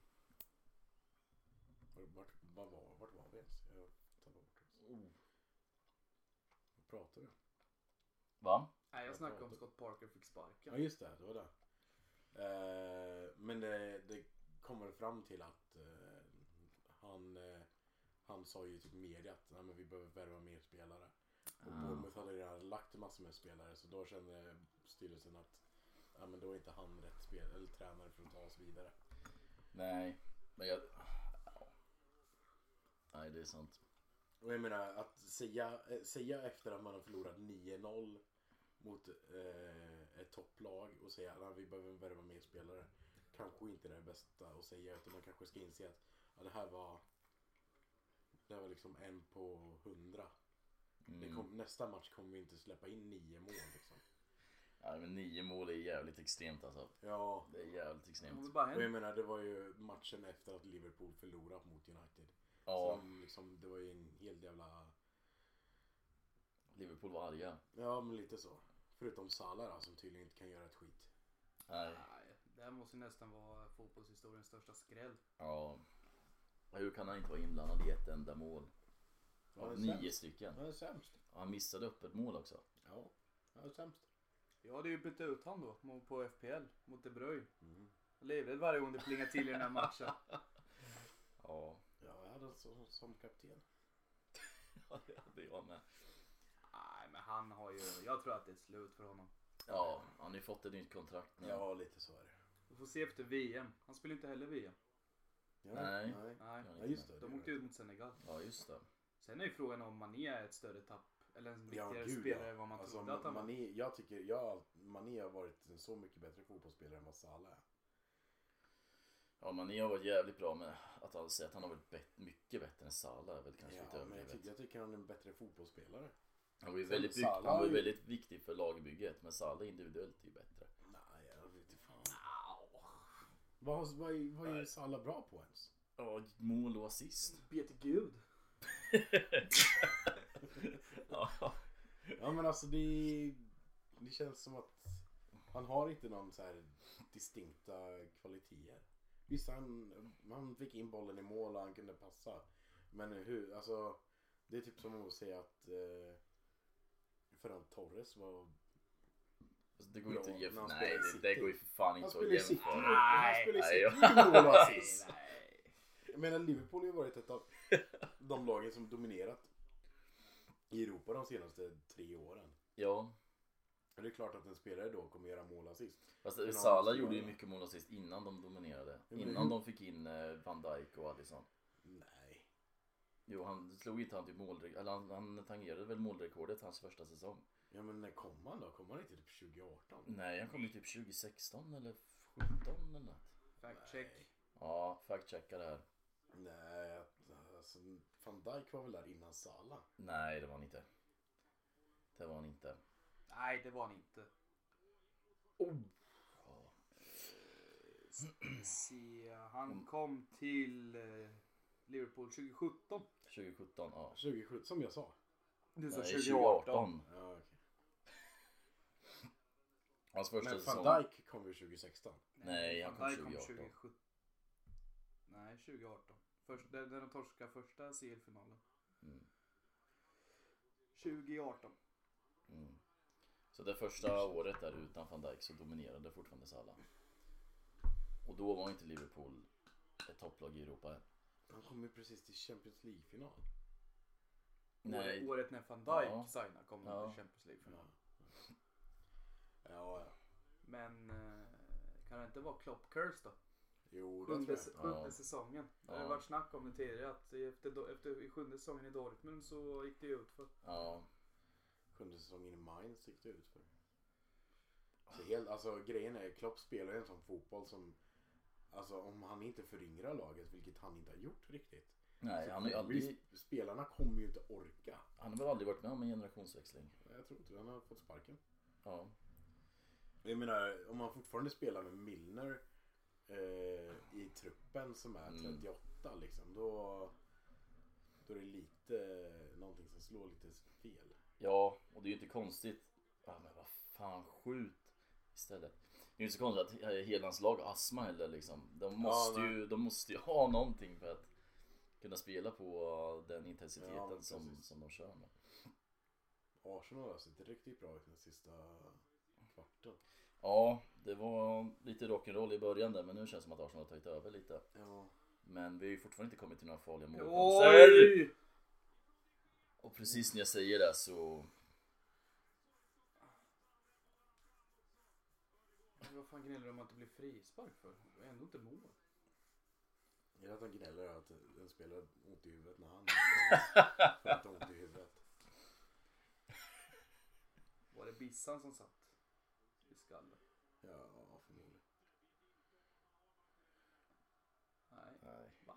B: Vart, vart, vad var, vart var vi ens? Jag tappade bort oss. Vad pratar vi om?
A: Va?
C: Nej, jag
B: Jag
C: snackade om
B: pratar-
C: Scott Parker fick
B: Ja,
C: sparken.
B: just det. Det var det. Eh, men det, det kommer fram till att eh, han, eh, han sa ju till media att Nej, men vi behöver värva mer spelare. Och
A: Ah.
B: Bournemouth hade redan lagt massor med spelare så då kände styrelsen att ja, men då är inte han rätt spel eller tränare för att ta oss vidare.
A: Nej. Men jag... Ja. Nej, det är sant.
B: Och jag menar att säga, eh, säga efter att man har förlorat 9-0 mot eh, ett topplag och säga att vi behöver värva mer spelare. Kanske inte det bästa att säga utan man kanske ska inse att ja, det här var det här var liksom en på hundra. Det
A: Mm.
B: kom, nästa match kommer vi inte släppa in nio mål liksom.
A: Nej, men nio mål är jävligt extremt alltså.
B: Ja,
A: Det är jävligt
C: Om det
A: extremt.
C: bara
B: och jag
C: hänt.
B: menar det var ju matchen efter att Liverpool förlorat mot United. Så
A: Ja,
B: de, liksom, det var ju en hel jävla
A: Liverpool var arga.
B: Ja, men lite så. Förutom Salah då, som tydligen inte kan göra ett skit.
A: Nej.
C: Nej, det här måste ju nästan vara fotbollshistoriens största skräll.
A: Ja. Hur kan han inte vara inblandad i ett enda mål?
B: Han är
A: Av nio
B: sämst.
A: stycken.
B: Han är sämst.
A: Och han missade öppet mål också.
B: Ja, han är sämst.
C: Jag hade ju bytt ut han då mot- på FPL mot De Bruyne. Livrädd varje gång det plingar till i den här matchen.
A: Ja,
B: Ja, jag hade honom som, som kapten.
A: det är jag med.
C: Nej, men han har ju... Jag tror att det är slut för honom.
A: Ja, han har ju fått ett nytt kontrakt nu.
B: Ja, lite så är det.
C: Vi får se efter VM. Han spelar inte heller VM.
B: Ja,
A: Nej.
C: Nej,
A: Ja,
B: Ja, just det.
C: de åkte ut mot Senegal.
A: Ja, just det.
C: Sen är ju frågan om Mané är ett större tapp eller en
B: Ja,
C: viktigare
B: gud
C: spelare
B: ja.
C: än vad man
B: Alltså,
C: trodde att han var.
B: Mané, jag tycker, jag, Mané har varit en så mycket bättre fotbollsspelare än vad Salah är.
A: Ja, Mané har varit jävligt bra med att alla säger att han har varit bet- mycket bättre än Salah är väl kanske lite
B: Ja, men jag, tycker,
A: överdrivet.
B: jag tycker han är en bättre fotbollsspelare.
A: Han var ju
B: Sen
A: väldigt, bygg-
B: Salah
A: han var ju
B: har ju-
A: väldigt viktig för lagbygget, men Salah individuellt är ju bättre.
B: Nej, jag vet inte fan. Vad, vad, vad är Salah bra på ens?
A: Ja, mål och assist.
C: Be till gud.
A: Ja,
B: Ja men alltså det, det känns som att han har inte någon så här distinkta kvaliteter. Visst han, han fick in bollen i mål och han kunde passa. Men hur, alltså det är typ som att säga att eh, Ferran Torres var...
A: Alltså, det går ju inte att
B: Bra,
A: ge...
B: men han
A: Nej,
B: spelar i
A: det, det
B: City.
A: går ju för fan
B: Han
A: inte
B: spelar i
A: att
B: City,
A: jämföra.
B: han
C: Nej,
B: spelar i
A: nej,
B: City
A: ja.
B: i mål och
C: Nej,
B: assist.
C: nej.
B: Jag menar Liverpool har ju varit ett av de lagen som dominerat i Europa de senaste tre åren.
A: Ja,
B: Och Det är klart att en spelare då kommer göra mål och assist.
A: Fast
B: Men
A: Salah
B: de-
A: gjorde ju mycket mål assist innan de dominerade.
B: men
A: Innan
B: hur-
A: de fick in eh, Van Dijk och Alisson.
B: Nej.
A: Jo, han slog inte han typ målrekordet, eller han, han tangerade väl målrekordet hans första säsong.
B: Ja men när kom han då? Kom han inte typ 2018?
A: Nej, han kom ju typ 2016 eller 17 eller något.
C: Fact check.
A: Ja, fact-checka det här.
B: Nej, alltså van Dijk var väl där innan Salah?
A: Nej, det var han inte. Det var han inte.
C: Nej, det var han inte.
B: Oh!
A: Ja.
C: Se,
B: Mm.
C: han kom till eh, Liverpool 2017.
A: 2017, ja.
B: 2017 som jag sa.
C: Du
A: Nej, 2018.
B: Ja, okej.
A: Hans första
B: Men
A: säsong.
B: van Dijk kom ju 2016.
A: Nej, han kom
C: Van Dijk
A: 2018.
C: 2017. Nej, 2018. Först, den, den de torskade första CL-finalen.
A: Mm.
C: 2018.
A: Mm. Så det första året där utan van Dijk så dominerade fortfarande Salah. Och då var inte Liverpool ett topplag i Europa än.
B: Han kom ju precis till Champions League-final.
A: Nej,
C: Året när van Dijk
A: Ja.
C: signade kom
A: Ja.
C: han till Champions League.
B: Ja, ja.
C: Men eh, kan det inte vara Klopp Curse då?
B: Jo, det
C: Sjunde,
B: tror jag.
C: sjunde
A: Ja.
C: säsongen. Det har
A: Ja.
C: ju varit snack om det tidigare att efter, do- efter i sjunde säsongen i Dortmund så gick det ju ut för.
A: ja.
B: Sjunde säsongen i Mainz gick det ut för. Så helt, alltså, grejen är, Klopp spelar ju en sån fotboll som... Alltså om han inte föryngrar laget, vilket han inte har gjort riktigt.
A: Nej,
B: så
A: han har ju
B: kommer ju
A: aldrig,
B: sp- Spelarna kommer ju inte orka.
A: han har väl aldrig varit med om en generationsväxling.
B: Jag tror inte han har fått sparken.
A: Ja.
B: Jag menar, om man fortfarande spelar med Milner eh, i truppen som är
A: Mm.
B: 38 liksom, då... Då är det lite, någonting som slår lite fel.
A: Ja, och det är ju inte konstigt. Ja, men vad fan, skjut istället. Det är ju inte så konstigt att eh, hela hans lag har astma heller liksom. De måste,
B: nej.
A: ju, de måste ju ha någonting för att kunna spela på den intensiteten
B: Ja,
A: som,
B: precis.
A: som de kör med.
B: Arsenal har sett riktigt bra ut den sista kvarten.
A: Ja, det var lite rock'n'roll i början där men nu känns det som att Arsenal har tagit över lite.
B: Ja.
A: Men vi har ju fortfarande inte kommit till några farliga målchanser.
C: Oj!
A: Och precis när jag säger det så...
C: Vad fan gnäller de om att det blir frispark för? Det var ändå inte mål.
B: Är det att han gnäller att en spelare har ont i huvudet när han för att ha ont i huvudet?
C: Var det Bissan som satt i skallen?
B: Ja, förmodligen.
C: Nej.
A: Nej.
C: Va?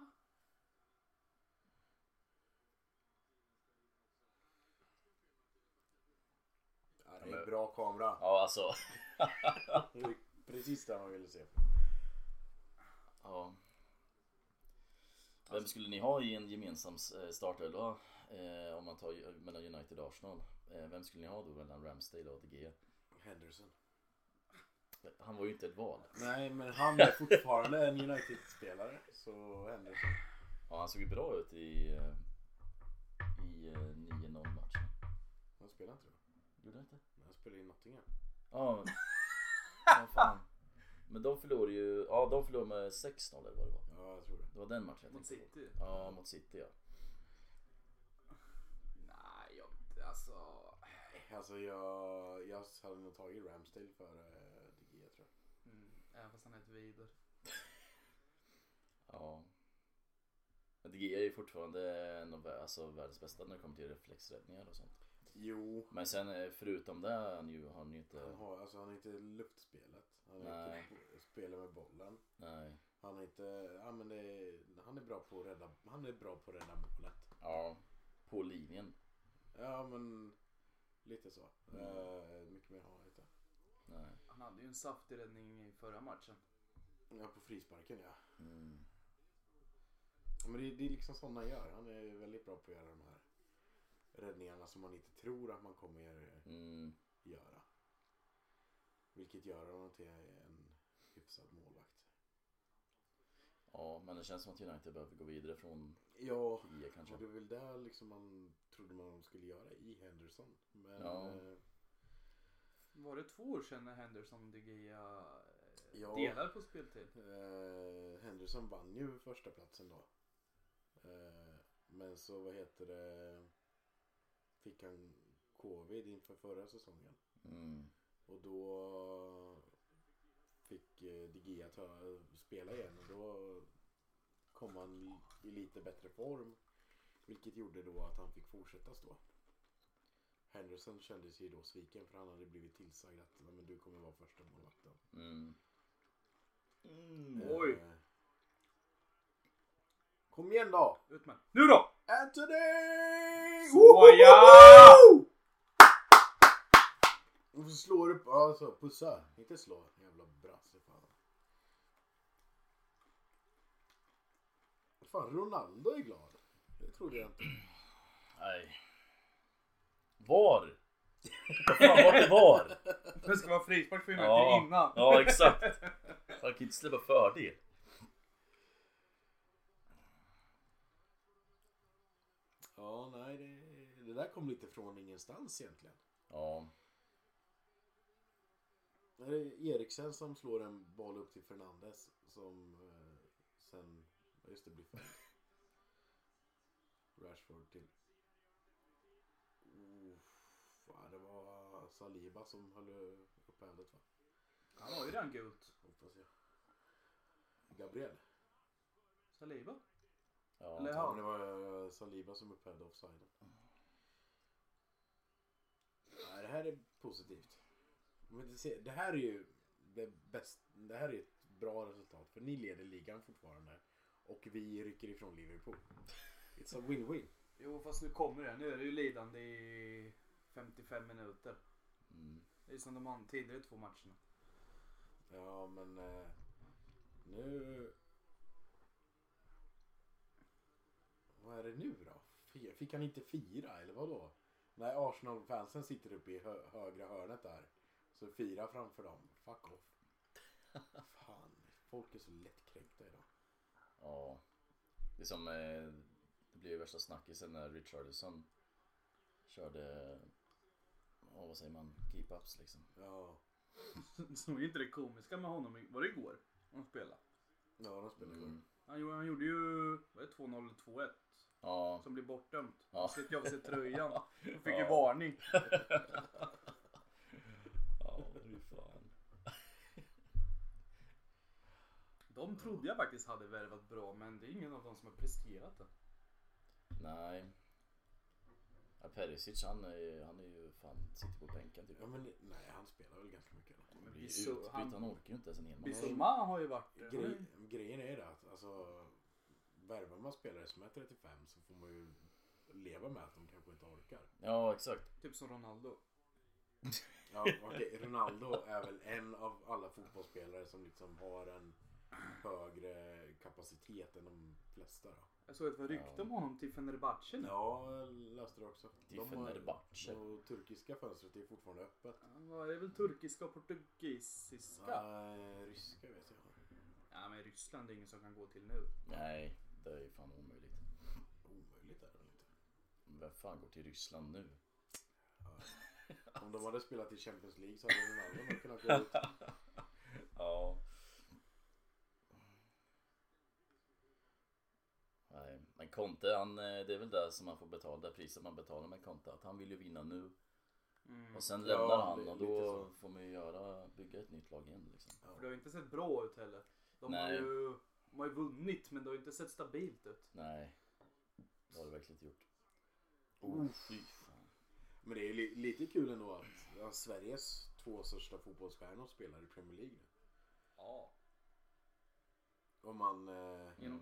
B: Ja, det är en bra kamera.
A: Ja alltså.
B: Det är precis det man ville se.
A: Ja.
C: Alltså.
A: Vem skulle ni ha i en gemensam eh, startelva? Eh, om man tar ju- mellan United och Arsenal. Eh, vem skulle ni ha då mellan Ramsdale och De Gea?
B: Henderson.
A: Han var ju inte ett val.
B: Nej, men han är fortfarande en United-spelare. Så Henderson.
A: Ja, han såg ju bra ut i, eh, i eh, 9-0 matchen.
B: Han spelar inte då.
A: Gjorde han inte?
B: Men han spelar i Nottingham.
A: Ja. men- Ja, fan. Men de förlorade ju, ja de förlorade med 6-0 eller vad det var.
B: Ja, jag tror det.
A: Det var den matchen jag
C: Mot
A: tänkte på.
C: City?
A: Ja, mot City ja.
C: Nej, jag vet inte. Alltså...
B: Alltså jag, jag hade nog tagit Ramsdale för eh, De Gea tror jag.
C: Mm, även fast han är ett vider.
A: Ja. Men De Gea är ju fortfarande en av vä- alltså, världens bästa när det kommer till reflexräddningar och sånt.
B: Jo.
A: Men sen eh, förutom det har han ju, har han ju inte...
B: Han har, alltså, han har inte luftspelet. Han har
A: Nej.
B: inte spelat med bollen.
A: Nej.
B: Han är inte, ja, men det, är- han är bra på att rädda, han är bra på att rädda målet.
A: Ja. På linjen.
B: Ja men lite så. Eh, mycket mer har han inte.
A: Nej.
C: Han hade ju en saftig räddning i förra matchen.
B: Ja på frisparken ja.
A: Mm.
B: Men det, det är liksom sådana han gör. Han är väldigt bra på att göra de här räddningarna som man inte tror att man kommer
A: Mm.
B: göra. Vilket gör honom till en hyfsad målvakt.
A: Ja, men det känns som att United behöver gå vidare från
B: Ja,
A: Gea kanske.
B: och det är väl där liksom man trodde man skulle göra i Henderson. Men
A: Ja.
B: eh,
C: Var det två år sedan när Henderson och De Gea eh,
B: Ja.
C: delade på speltid?
B: Eh, Henderson vann ju första platsen då. Eh, men så vad heter det. Fick han covid inför förra säsongen.
A: Mm.
B: Och då fick eh, De Gea ta, spela igen och då kom han i lite bättre form. Vilket gjorde då att han fick fortsätta stå. Henderson kändes ju då sviken för han hade blivit tillsagd att "Nej, men du kommer vara första målvakten.
A: Mm.
B: Eh,
C: Oj.
B: Kom igen då!
C: Ut med Nu då!
B: Anthony!
C: Såja!
B: Och så slår upp, alltså pussa. Inte slå, jävla brasse fan. Fan, Ronaldo är glad. Det trodde jag inte.
A: Nej. Var? Vad fan var det var?
C: Det ska vara frispark för United
A: Ja.
C: innan.
A: Ja, exakt. Fan, kan inte släppa fördel.
B: Ja, nej, det, det där kom lite från ingenstans egentligen.
A: Ja,
B: Det här är Eriksen som slår en boll upp till Fernandes som eh, sen, ja, just det, blir fälld. Rashford till... Uff, ja, det var Saliba som höll upp eldet va?
C: Han har ju redan gult.
B: Hoppas jag. Gabriel?
C: Saliba?
A: ja.
C: Eller-
B: Ja, men det Mm. var eh, Saliba som upphävde offsiden. Nej, det här är positivt. Men det, ser- det här är ju det bäst, Det här är ett bra resultat för ni leder ligan fortfarande och vi rycker ifrån Liverpool. It's a win-win.
C: Jo fast nu kommer det. Nu är det ju lidande i 55 minuter.
A: Mm.
C: Det är som de an- tidigare två matcherna.
B: Ja, men eh, nu... Vad är det nu då? Fi- Fick han inte fira eller vad då? Nej, Arsenal-fansen sitter uppe i hö- högra hörnet där. Så fira framför dem. Fuck off. Fan, folk är så lättkränkta idag.
A: ja. Det är som, eh, det blev ju värsta snackisen när Richardson körde, ja vad säger man, keep-ups liksom.
B: Ja,
C: Såg inte det komiska med honom? i- Var det igår? Han spelade.
B: ja de spelar mm.
A: Mm.
C: Han gjorde, han gjorde ju vad är det, 2-0 eller 2-1
A: Ja,
C: som blev bortdömt.
A: Ja.
C: Han slet ju av sig tröjan och fick ju
A: Ja.
C: varning.
A: ja fy fan.
C: De trodde jag faktiskt hade värvat bra men det är ingen av dem som har presterat det.
A: Nej. Ja, Perisic han är, ju- han är ju fan, sitter på bänken typ.
B: Ja, men nej, han spelar väl ganska mycket. Då.
A: Han
C: Men
A: blir
C: vi
A: ju
C: så-
A: utbytt,
C: han-
A: han orkar ju inte ens en hel match.
C: Bissoma har ju varit det.
B: Grej, grejen är det att alltså, värvar man spelare som är 35 så får man ju leva med att de kanske inte orkar.
A: Ja, exakt.
C: Typ som Ronaldo.
B: Ja, okej. Ronaldo är väl en av alla fotbollsspelare som liksom har en högre kapacitet än de flesta. Då.
C: Jag såg att det var rykte om honom till Fenerbahce nu.
B: Ja, jag läste det också.
A: Mm. Det är Fenerbahçe.
B: Och turkiska fönstret är fortfarande öppet.
C: Ja, det är väl turkiska och portugisiska?
B: Nej, ryska vet jag.
C: Ja men Ryssland är ingen som kan gå till nu.
A: Nej, det är ju fan omöjligt.
B: Omöjligt är det väl inte.
A: Vem fan går till Ryssland nu?
B: Om de hade spelat i Champions League så hade Ronaldo nog kunnat gå ut.
A: Ja. Nej, men Conte, han, eh, det är väl där som man får betala, det priset man betalar med Conte. Att han vill ju vinna nu.
C: Mm.
A: Och sen
B: Ja,
A: lämnar han
B: li-
A: och
B: lite
A: då
B: så.
A: får man ju göra, bygga ett nytt lag igen liksom.
C: För det har inte sett bra ut heller. De har
A: Nej.
C: ju, de har ju vunnit men det har ju inte sett stabilt ut.
A: Nej. Det har det verkligen inte gjort. fy fan.
B: Men det är li- lite kul ändå att ja, Sveriges två största fotbollsstjärnor spelar i Premier League nu.
C: Ja.
B: Om man eh,
A: Mm.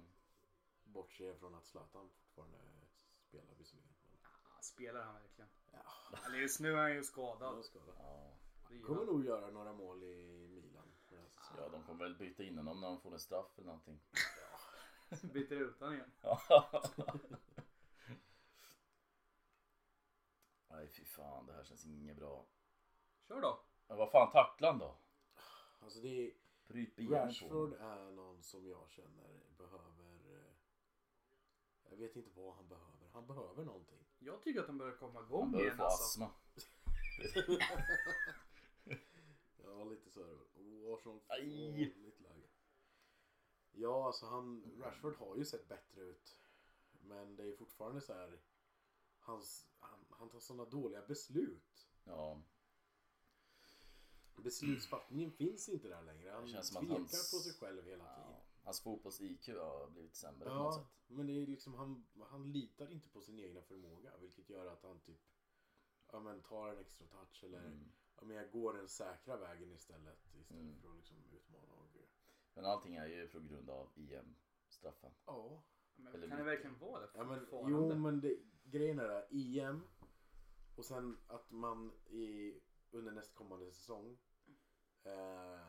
B: bortser från att Zlatan fortfarande spelar visserligen. Men-
C: Spelar han verkligen?
B: Ja.
C: Eller just nu är han ju skadad.
B: Han skada.
A: Ja.
C: Det är ju-
B: Kommer nog göra några mål i Milan. den här säsongen.
A: ja, de kommer väl byta in honom när de får en straff eller någonting.
C: Byter ut han igen.
A: Nej, fy fan, det här känns inget bra.
C: Kör då.
A: Men vad fan, tackla han då?
B: Alltså det är,
A: Bryt benen på
B: Rashford
A: honom.
B: är någon som jag känner behöver... eh, Jag vet inte vad han behöver. Han behöver någonting.
C: Jag tycker att de börjar komma
A: Han
C: igång
A: börjar
C: igen
A: få
C: alltså.
A: astma.
B: Ja, lite så är det väl. Och Arsenal får
A: Aj.
B: lite läge. Ja, alltså han... Rashford har ju sett bättre ut. Men det är fortfarande så här... Hans, han, han tar sådana dåliga beslut.
A: Ja,
B: Beslutsfattningen finns inte där längre. Han
A: Det känns som att
B: tvekar
A: hans-
B: på sig själv hela tiden.
A: ja. Hans fotbolls-IQ har blivit sämre på något
B: Ja,
A: sätt.
B: men det är liksom han, han litar inte på sin egna förmåga vilket gör att han typ ja, men tar en extra touch eller
A: Mm.
B: ja, men jag går den säkra vägen istället istället
A: Mm.
B: för att liksom utmana och
A: Men allting är ju på grund av E EM-straffen.
B: ja.
C: Men
A: Eller
C: kan det
A: lite.
C: verkligen vara det?
B: ja men,
C: Fortfarande.
B: jo men det, grejen är det här, EM och sen att man i, under nästkommande säsong eh,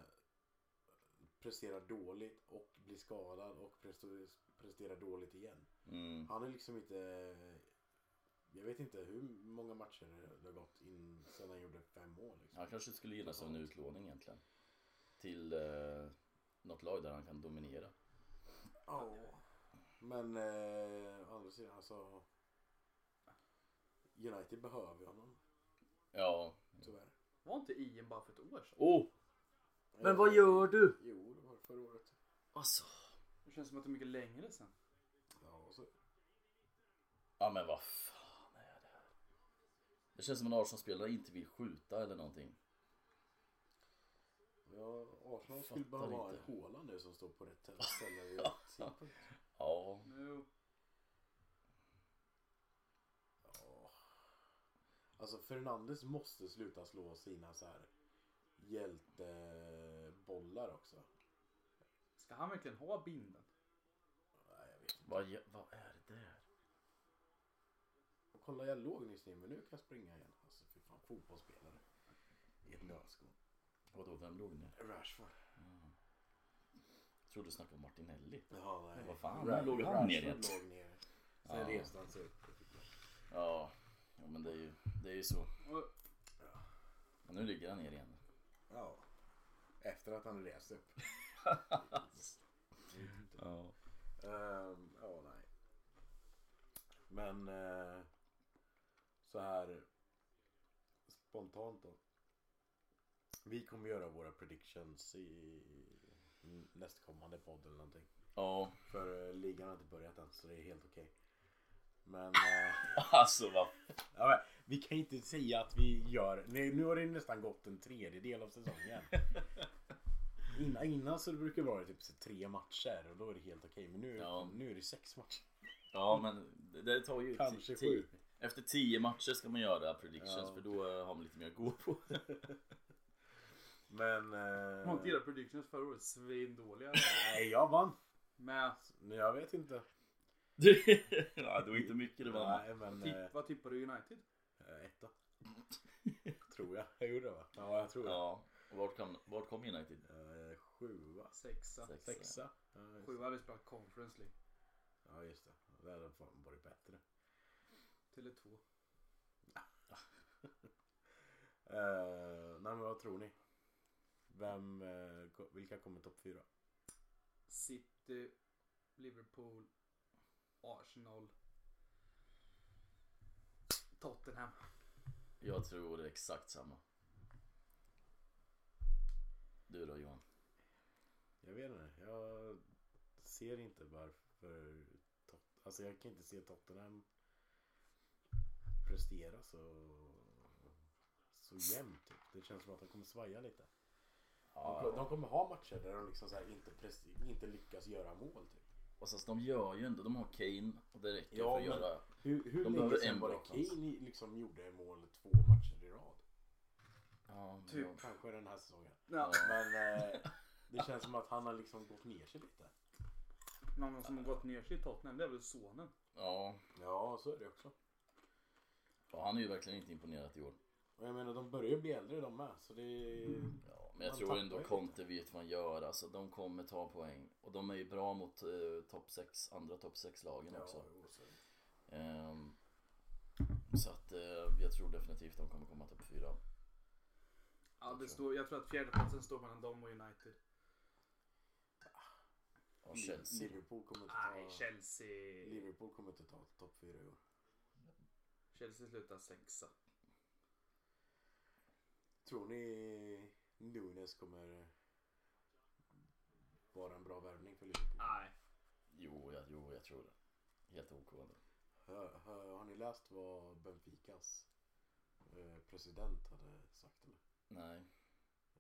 B: presterar dåligt och blir skadad och prester- presterar dåligt igen.
A: Mm.
B: Han är liksom inte... Jag vet inte hur många matcher det har gått in sedan han gjorde fem mål. Liksom.
A: Han kanske skulle gillas av en utlåning egentligen. Till eh, något lag där han kan dominera.
B: Ja. Men eh, å andra sidan alltså... United behöver ju honom,
A: Ja.
B: tyvärr.
C: Var inte Ian bara för ett år sedan?
A: Oh,
B: Eh,
A: du?
B: Jo, det var förra året.
A: Alltså.
C: Det känns som att det är mycket längre sedan.
B: Ja, och så,
A: Ja men vad fan är det här? Det känns som en Arsenal-spelare inte vill skjuta eller någonting.
B: ja, Arsenal
A: Fattar
B: skulle behöva ha en
A: inte.
B: håla nu som står på rätt ställe vid rätt tidpunkt.
A: Ja.
C: Nu,
B: Ja. Alltså Fernandes måste sluta slå sina så här hjältebollar också.
C: ska han verkligen ha binden?
B: Nej, jag vet inte.
A: Vad, gö- vad är det där?
B: Och Kolla jag låg nyss ner men nu kan jag springa igen. Alltså fy fan fotbollsspelare. I ett nötskal.
A: Vadå, vem låg ner?
B: Rashford.
A: Jag trodde du snackade om Martinelli.
B: Ja, nej.
A: Vad fan,
B: Ra-
A: där låg han
B: Rashford
A: ner igen.
B: låg ner. Sen
A: Ja.
B: reste han sig upp.
A: Ja, ja men det är ju, det är ju så.
C: Och,
A: Men nu ligger han ner igen.
B: Ja. Efter att han reste upp.
A: Ja.
B: Ehm, ja, nej. Men eh, så här spontant då. Vi kommer göra våra predictions i nästkommande podd eller någonting.
A: Ja,
B: För eh, ligan har inte börjat än så det är helt okej. Men, eh,
A: alltså vad
B: ja, men vi kan inte säga att vi gör... Nej, nu har det nästan gått en tredjedel av säsongen. Innan, innan så brukar det vara typ så tre matcher och då är det helt okej. Men nu,
A: Ja.
B: nu är det sex matcher.
A: Ja men det, det tar ju
B: Kanske
A: ti- ti-
B: sju.
A: Efter tio matcher ska man göra predictions
B: Ja.
A: för då eh, har man lite mer att gå på.
B: Men...
C: jag har inte
B: Eh,
C: gillat predictions förra året. Svindåliga.
B: nej, jag vann.
C: Men
B: Nej, Jag vet inte.
A: ja, det var inte mycket det var.
B: Nej, men... Eh,
C: tipp, vad tippar du United?
B: etta. tror jag. Jag gjorde det va? Ja, jag tror det.
A: Ja. Och vart kom, vart kom United?
B: Eh, sjua.
C: Sexa.
A: Sex.
B: Sexa. Ja, just det.
C: Sju hade spelat Conference League.
B: Ja, just det. Det hade fan varit bättre.
C: Tele2.
B: Eh, nej men vad tror ni? Vem, eh, ko- vilka kommer topp fyra?
C: City. Liverpool. Arsenal. Tottenham.
A: Jag tror det är exakt samma. Du då Johan?
B: Jag vet inte. Jag ser inte varför. Tot- alltså jag kan inte se Tottenham prestera så, så jämnt. Typ. Det känns som att de kommer svaja lite. De, ko- de kommer ha matcher där de liksom så här inte, presti- inte lyckas göra mål. Typ.
A: Och sen, de gör ju ändå, de har Kane och det räcker
B: Ja,
A: för att
B: men-
A: göra.
B: Hur, hur
A: De
B: länge
A: behöver
B: sedan
A: en
B: var det
A: bra chans.
B: Kane i- liksom gjorde mål två matcher i rad?
A: Ja, men
C: Typ.
A: jag-
B: Kanske den här säsongen.
C: Ja,
B: Men eh, det känns som att han har liksom gått ner sig lite.
C: någon som har gått ner sig i Tottenham det är väl sonen.
A: Ja,
B: Ja, så är det också.
A: och han är ju verkligen inte imponerat i år.
B: Och jag menar, de börjar ju bli äldre de med. Så det...
A: Ja, men jag
B: Man
A: tror
B: tappar ju
A: ändå
B: lite.
A: Conte vet vad han gör. Alltså, de kommer ta poäng. Och de är ju bra mot eh, topp 6, andra topp 6-lagen
B: Ja,
A: också.
B: jo, så är det.
A: Ehm, så att eh, jag tror definitivt de kommer komma topp 4.
C: Ja, det står, jag tror att fjärdeplatsen står mellan dem och United.
A: Och Chelsea.
B: Liverpool kommer inte ta...
C: Nej, Chelsea.
B: Liverpool kommer inte ta topp fyra i år.
C: Chelsea slutar sexa.
B: Tror ni Nunes kommer vara en bra värvning för Liverpool?
C: Nej.
A: Jo, jag, jo, jag tror det. Helt OK ändå.
B: Hö, hö, har ni läst vad Benficas eh, president hade sagt? Eller?
A: Nej.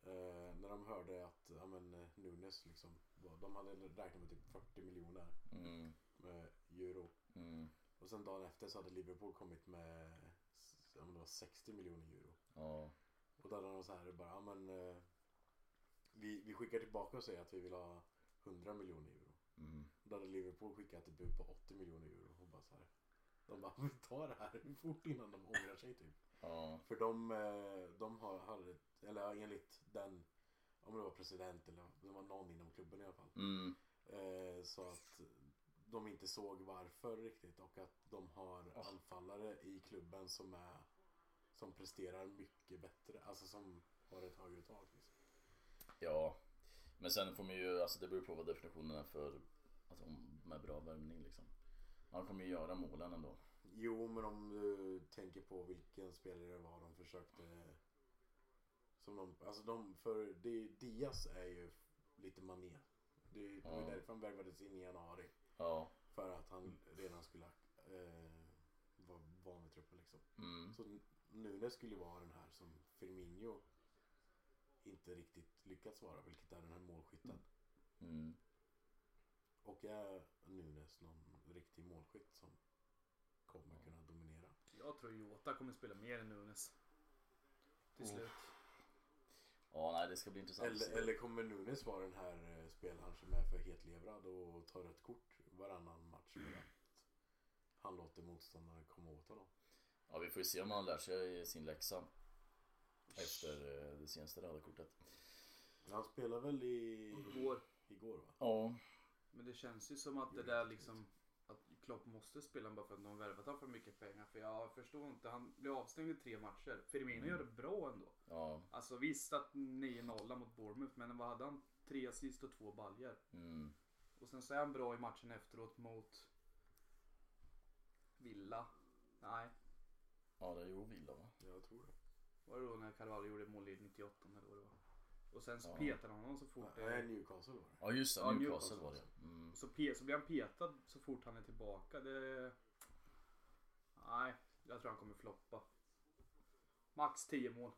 B: Eh, när de hörde att ja, men, eh, Nunes liksom, var- de hade räknat med typ 40 miljoner
A: Mm,
B: med euro.
A: mm,
B: Och sen dagen efter så hade Liverpool kommit med s- ja, men det var 60 miljoner euro.
A: ja.
B: Och då hade de så här bara, ja men eh, vi, vi skickar tillbaka och säger att vi vill ha 100 miljoner euro.
A: Mm.
B: Då hade Liverpool skickat ett bud på 80 miljoner euro. Och bara så här, de bara, vi tar det här fort innan de ångrar sig typ.
A: Ja.
B: För de, eh, de har, hade, ett- eller enligt den, om det var president eller det var någon inom klubben i alla fall.
A: Mm,
B: Eh, så att de inte såg varför riktigt och att de har
A: Ja.
B: anfallare i klubben som är som presterar mycket bättre, alltså som har ett högre tak. Liksom.
A: ja. Men sen får man ju, alltså det beror på vad definitionen är för, alltså om- med bra värmning liksom. Han kommer ju göra målen ändå.
B: Jo, men om du tänker på vilken spelare det var de försökte... Som de, alltså de, för det, Diaz är ju lite mané. Det, det var
A: Ja.
B: ju därför han värvades in i januari.
A: Ja.
B: För att han redan skulle eh, vara van vid truppen liksom.
A: Mm.
B: Så Nunes skulle ju vara den här som Firmino inte riktigt lyckats vara, vilket är den här målskytten.
A: Mm.
B: Och är Nunes någon riktig målskytt som kommer kunna dominera?
C: Jag tror Jota kommer spela mer än Nunes. Till
B: Oh.
C: slut.
A: Ja, nej det ska bli intressant. att
B: Eller,
A: se.
B: eller kommer Nunes vara den här eh, spelaren som är för hetlevrad och tar rött kort varannan match för att han låter motståndaren komma åt honom?
A: Ja, vi får ju se om han lär sig sin läxa efter eh, det senaste röda kortet.
B: Han spelar väl i...
C: Går.
B: igår va?
A: Ja,
C: Men det känns ju som att det där liksom att Klopp måste spela bara för att de har värvat honom för mycket pengar. För jag förstår inte, han blev avstängd i tre matcher. Firmino
A: Mm.
C: gör det bra ändå.
A: ja.
C: Alltså visst att 9-0 mot Bournemouth, men vad hade han? Tre assist och två baljer.
A: Mm.
C: Och sen så är han bra i matchen efteråt mot Villa. Nej,
A: Ja, det är ju Villa va?
B: Jag tror det.
C: var det då när Carvalho gjorde mål i 98 eller vad det var. Och sen så
A: Ja.
C: petade han honom så fort
B: Nej,
C: det...
B: Newcastle var det.
A: Ja, just det.
C: Ja,
A: Newcastle
C: Newcastle.
A: var det. Mm.
C: Så, pe- så blir han petad så fort han är tillbaka. Det... Nej, jag tror han kommer floppa. Max 10 mål.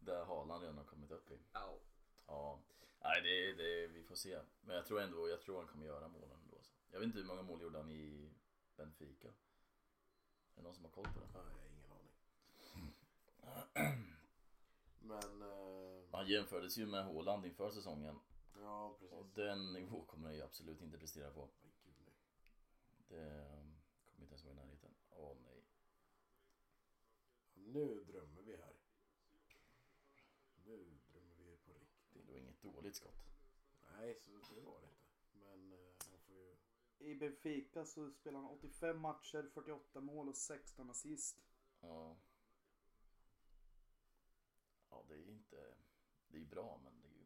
A: Där Haaland redan har kommit upp i.
C: Ja.
A: Ja, nej det, det, vi får se. Men jag tror ändå, jag tror han kommer göra målen ändå. Så. Jag vet inte hur många mål gjorde han i Benfica? Är det någon som har koll på det?
B: Nej, jag har ingen aning. Men... eh,
A: Han jämfördes ju med Haaland inför säsongen
B: ja,
A: och
B: precis.
A: den nivå kommer han ju absolut inte prestera på.
B: Oj, gud, nej.
A: Det kommer Ehm, inte ens vara i närheten. Åh nej.
B: Nu drömmer vi här. Nu drömmer vi på riktigt.
A: Det var inget dåligt skott.
B: Nej, så det var det inte. Men eh, man får ju...
C: I Benfica så spelar han 85 matcher, 48 mål och 16 assist.
A: Ja. Ja, det är inte... Det är bra, men det är ju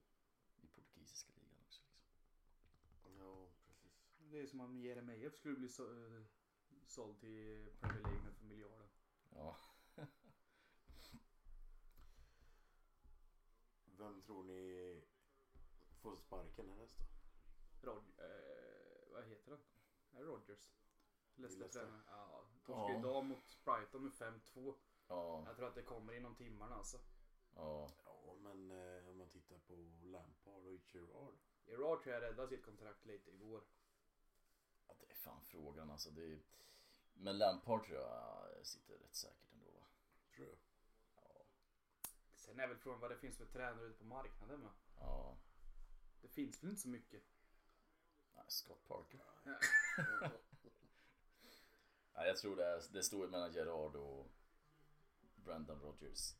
A: i portugisiska ligan också. Liksom.
B: Ja, precis.
C: Det är som om Jeremejeff skulle bli så, eh, såld till Premier League nu för miljarder.
A: Ja.
B: Vem tror ni får sparken härnäst då?
C: Rod, eh, vad heter han? Är det Rodgers?
B: Leicester.
C: Leicester-tränaren. Ja, torskade
A: Ja.
C: idag mot Brighton med 5-2.
A: Ja.
C: Jag tror att det kommer inom timmarna alltså.
A: Ja.
B: Ja, men eh, om man tittar på Lampard och Gerrard.
C: Gerard tror jag räddade sitt kontrakt lite igår.
A: Ja, det är fan frågan alltså. Det är... Men Lampard tror jag sitter rätt säkert ändå va?
B: Tror jag.
A: Ja.
C: Sen är väl frågan vad det finns för tränare ute på marknaden va?
A: ja.
C: Det finns väl inte så mycket.
A: Nej, Scott Parker.
B: Nej.
A: Nej, jag tror det, är, det står ju mellan Gerard och Brandon Rogers.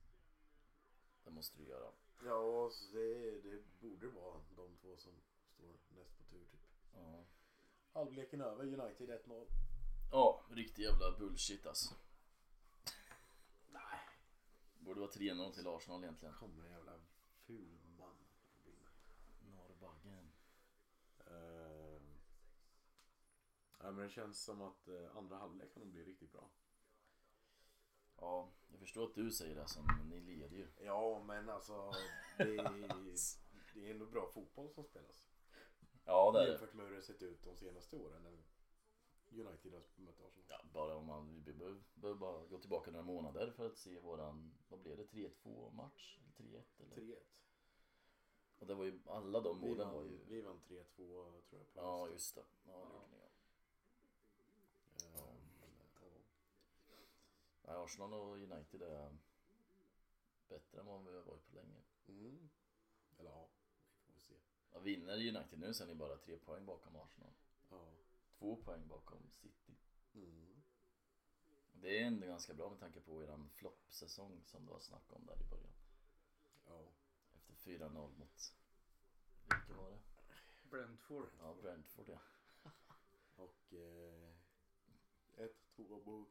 A: Det måste du göra.
B: ja, så det, det borde vara de två som står näst på tur typ.
A: Ja.
B: Halvleken över, United 1-0.
A: Ja, riktig jävla bullshit alltså. Borde vara 3-0 till Arsenal egentligen.
B: Kommer en jävla ful man.
A: Norrbaggen.
B: Uh, ja, men det känns som att eh, andra halvlek kan nog bli riktigt bra.
A: Ja, jag förstår att du säger det sen, men ni leder ju.
B: Ja, men alltså det är, det är ändå bra fotboll som spelas.
A: Ja, det är det.
B: Jämfört med hur det sett ut de senaste åren när United har mött Arsenal.
A: Ja, bara om man, vi behöver, behöver bara gå tillbaka några månader för att se våran, vad blev det, 3-2 match? Eller 3-1 eller?
B: 3-1.
A: Och det var ju, alla de
B: Vi
A: målen var
B: vann,
A: ju...
B: vi vann 3-2 tror jag. På
A: Ja,
B: hösten.
A: just det. Ja, det gjorde ni ja.
B: Eh, men, ja.
A: Nej, Arsenal och United är bättre än vad vi har varit på länge.
B: Mm. Eller ja, vi får väl se.
A: Ja, vinner United nu så är ni bara tre poäng bakom Arsenal.
B: Ja.
A: Två poäng bakom City.
B: Mm.
A: Det är ändå ganska bra med tanke på eran floppsäsong som du har snackat om där i början.
B: ja.
A: Efter 4-0 mot... Vilka var det?
C: Brentford.
A: Ja, Brentford ja.
B: Och eh, 1-2 mot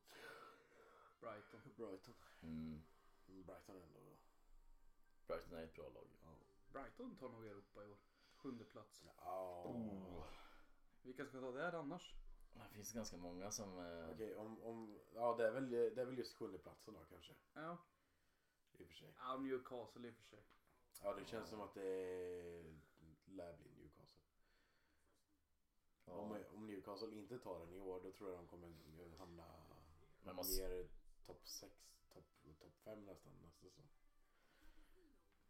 C: Brighton.
B: Brighton.
A: Mm.
B: Brighton ändå.
A: Brighton är ett bra lag ju.
B: Ja.
C: Brighton tar nog Europa i år. Sjunde plats.
B: Ja.
A: Oh.
C: Vilka ska ta det här annars?
A: Det finns ganska många som... eh,
B: Okej, om, om, ja det är väl, det är väl just sjundeplatsen då kanske.
C: Ja,
B: I och för sig.
C: ja Newcastle i och för sig.
B: Ja det känns som att det lär bli Newcastle.
A: ja.
B: Om, om Newcastle inte tar den i år då tror jag de kommer hamna
A: Men måste-
B: ner topp 6, topp top 5 nästan nästa säsong.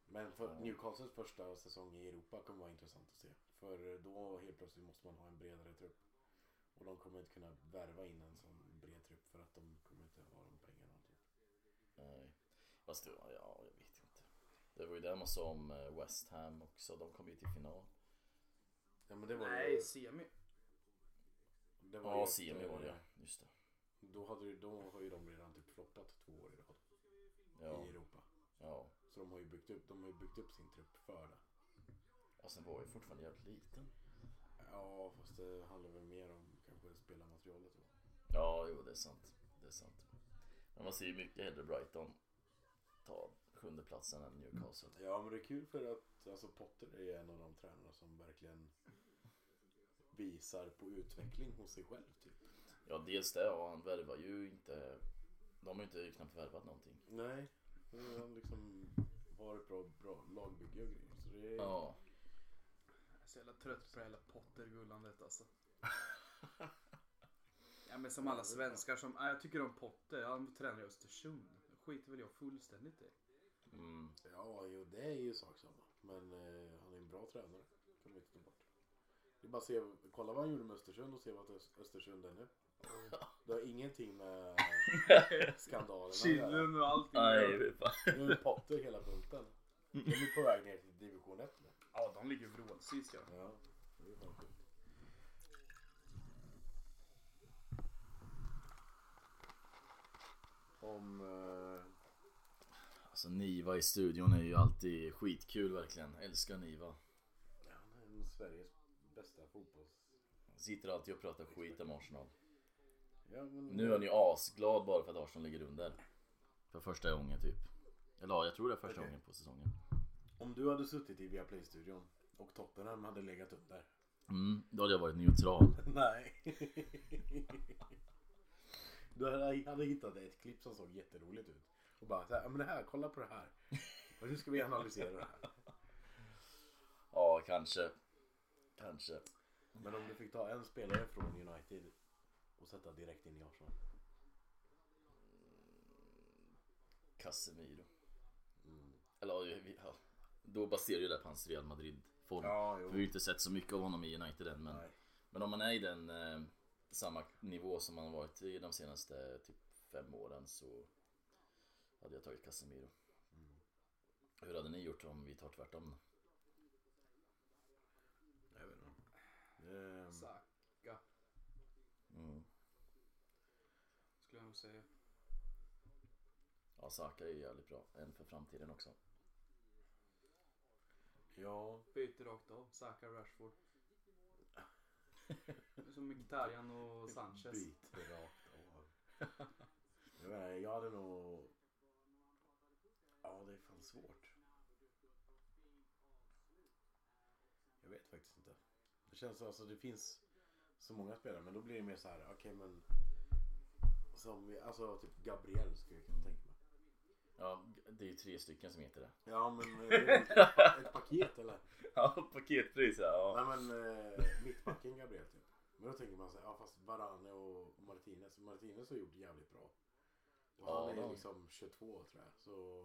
B: Men för
A: Ja.
B: Newcastles första säsong i Europa kommer vara intressant att se. För då helt plötsligt måste man ha en bredare trupp. Och de kommer inte kunna värva in en sån bred trupp för att de kommer inte ha de pengarna. Typ.
A: Nej. Fast det var, ja, jag vet inte. Det var ju det man sa om eh, West Ham också. De kom ju till final.
B: Ja men det var
C: Nej,
B: ju...
C: semi.
B: Det var ju
A: Ja,
B: ett,
A: semi var det
B: eh,
A: ja. Just det.
B: Då, hade ju, då har ju de redan typ floppat två år i rad
A: Ja,
B: i Europa.
A: ja.
B: Så de har ju byggt upp, de har ju byggt upp sin trupp för det.
A: Och sen Alltså, var jag ju fortfarande jävligt liten.
B: Ja fast det handlar väl mer om kanske spelarmaterialet då.
A: Ja, jo det är sant. Det är sant. Men man ser ju mycket hellre Brighton ta sjunde platsen än Newcastle.
B: Ja men det är kul för att alltså Potter är en av de tränarna som verkligen visar på utveckling hos sig själv typ.
A: Ja, dels det och han värvar ju inte. De har ju inte knappt värvat någonting.
B: Nej, han liksom har ett bra, bra lagbygge och grejer. Så det är...
A: Ja.
C: Jag är så jävla trött på det hela Potter-gullandet alltså. Ja men som alla svenskar som, nej, jag tycker om Potter, han tränar i Östersund. Det skiter väl jag fullständigt i.
A: Mm.
B: Ja, jo det är ju sak samma. Men eh, han är en bra tränare. Kan vi inte ta bort. Det är bara att se, kolla vad han gjorde med Östersund och se vad Öst- Östersund är nu. Det har ingenting med skandalerna att göra.
C: Kinden och allting.
A: Nej, fy fan.
B: Nu är Potter hela bunten. De är på väg ner till division 1 nu.
C: Ja de ligger vrålsist ja.
B: Ja, det är fan sjukt. Om... Eh,
A: Alltså Niva i studion är ju alltid skitkul verkligen. Älskar Niva.
B: han är en av eh, Sveriges bästa fotbolls...
A: Sitter alltid och pratar skit om Arsenal.
B: Ja, men...
A: Nu är han ju asglad bara för att Arsenal ligger under. För första gången typ. Eller ja, jag tror det är första
B: Okej.
A: gången på säsongen.
B: Om du hade suttit i Viaplay-studion och Tottenham hade legat under.
A: Mm, då hade jag varit neutral.
B: Nej. du hade, hade hittat ett klipp som såg jätteroligt ut. Och bara så här, "Ja, men det här, kolla på det här. Och nu ska vi analysera det här.
A: Ja, kanske. Kanske.
B: Men om du fick ta en spelare från United och sätta direkt in i Arsenal.
A: Casemiro. Eller ja, vi- ja. Då baserar ju det på hans Real Madrid-form.
B: Ja, jo.
A: För vi har ju inte sett så mycket av honom i United än. Men,
B: Nej.
A: men om man är i den eh, samma nivå som man har varit i de senaste typ fem åren så hade jag tagit Casemiro.
B: Mm.
A: Hur hade ni gjort om vi tar tvärtom? då?
B: Jag vet inte. Ehm,
C: Saka
A: Mm.
C: skulle jag nog säga.
A: Ja, Saka är ju jävligt bra. En för framtiden också.
B: ja,
C: Byter rakt av, Saka Rashford. Som Mkhitaryan och Sanchez.
B: byt rakt av. Jag, menar, jag hade nog... Ja, det är fan svårt. Jag vet faktiskt inte. Det känns alltså, det finns så många spelare, men då blir det mer så här, okej men... Som, vi- alltså typ Gabriel skulle jag kunna tänka mig.
A: Ja, det är ju tre stycken som heter det.
B: Ja men, eh, ett pa- ett paket eller?
A: Ja, paketpris ja.
B: Nej men eh, mittbacken Gabriel typ. Men då tänker man så här, ja fast Varane och Martinez, Martinez har gjort jävligt bra. Och
A: Ja,
B: han är
A: ja.
B: liksom 22 tror jag. Så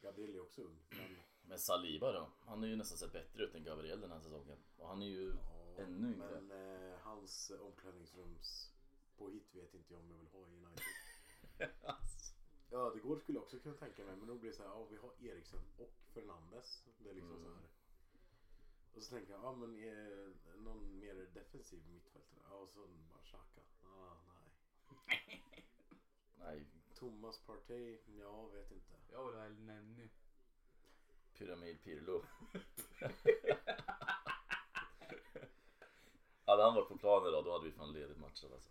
B: Gabriel är också ung. Men
A: Men Saliba då? Han har ju nästan sett bättre ut än Gabriel den här säsongen. Och han är ju
B: ja,
A: ännu yngre.
B: men eh, hans omklädningsrums på hit vet inte jag om jag vill ha i United.
A: Alltså.
B: Ja, det går skulle jag också kunna tänka mig. Men då blir det så här, ja vi har Eriksen och Fernandes. Det är liksom
A: Mm.
B: så här. Och så tänker jag, ja men eh, någon mer defensiv mittfältare. Ja, och så bara Xhaka. Ah, nej.
A: Nej,
B: Thomas Partey? Ja, vet inte.
C: Jag vill ha El Nenny.
A: Pyramid Pirlo. hade han varit på planen idag då hade vi fan ledigt matchen alltså.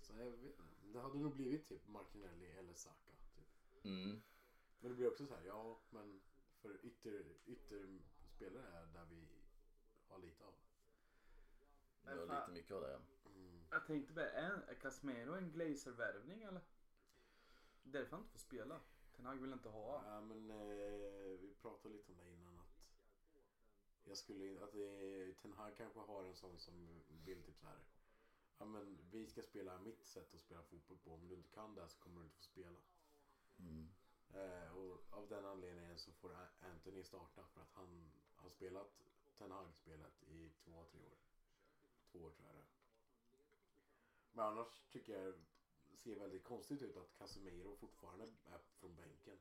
B: Så jag vet, det hade nog blivit typ Martinelli eller Saka. Typ.
A: Mm.
B: Men det blir också så här, ja, men för ytter, ytterspelare är där vi har lite av. Mm.
A: Det var
C: fan.
A: lite mycket av det.
C: Jag tänkte bara, är är Casemiro en glazer-värvning eller? Därför han inte får spela. Ten Hag vill inte ha han.
B: Ja, men eh, vi pratade lite om det innan att jag skulle att eh, Ten Hag kanske har en sån som vill typ så här. Ja, men vi ska spela mitt sätt att spela fotboll på. Om du inte kan det här så kommer du inte få spela.
A: Mm.
B: Eh, och av den anledningen så får A- Anthony starta för att han har spelat Ten Hag spelat i två, tre år. Två år tror jag det är. Men annars tycker jag det ser väldigt konstigt ut att Casemiro fortfarande är från bänken.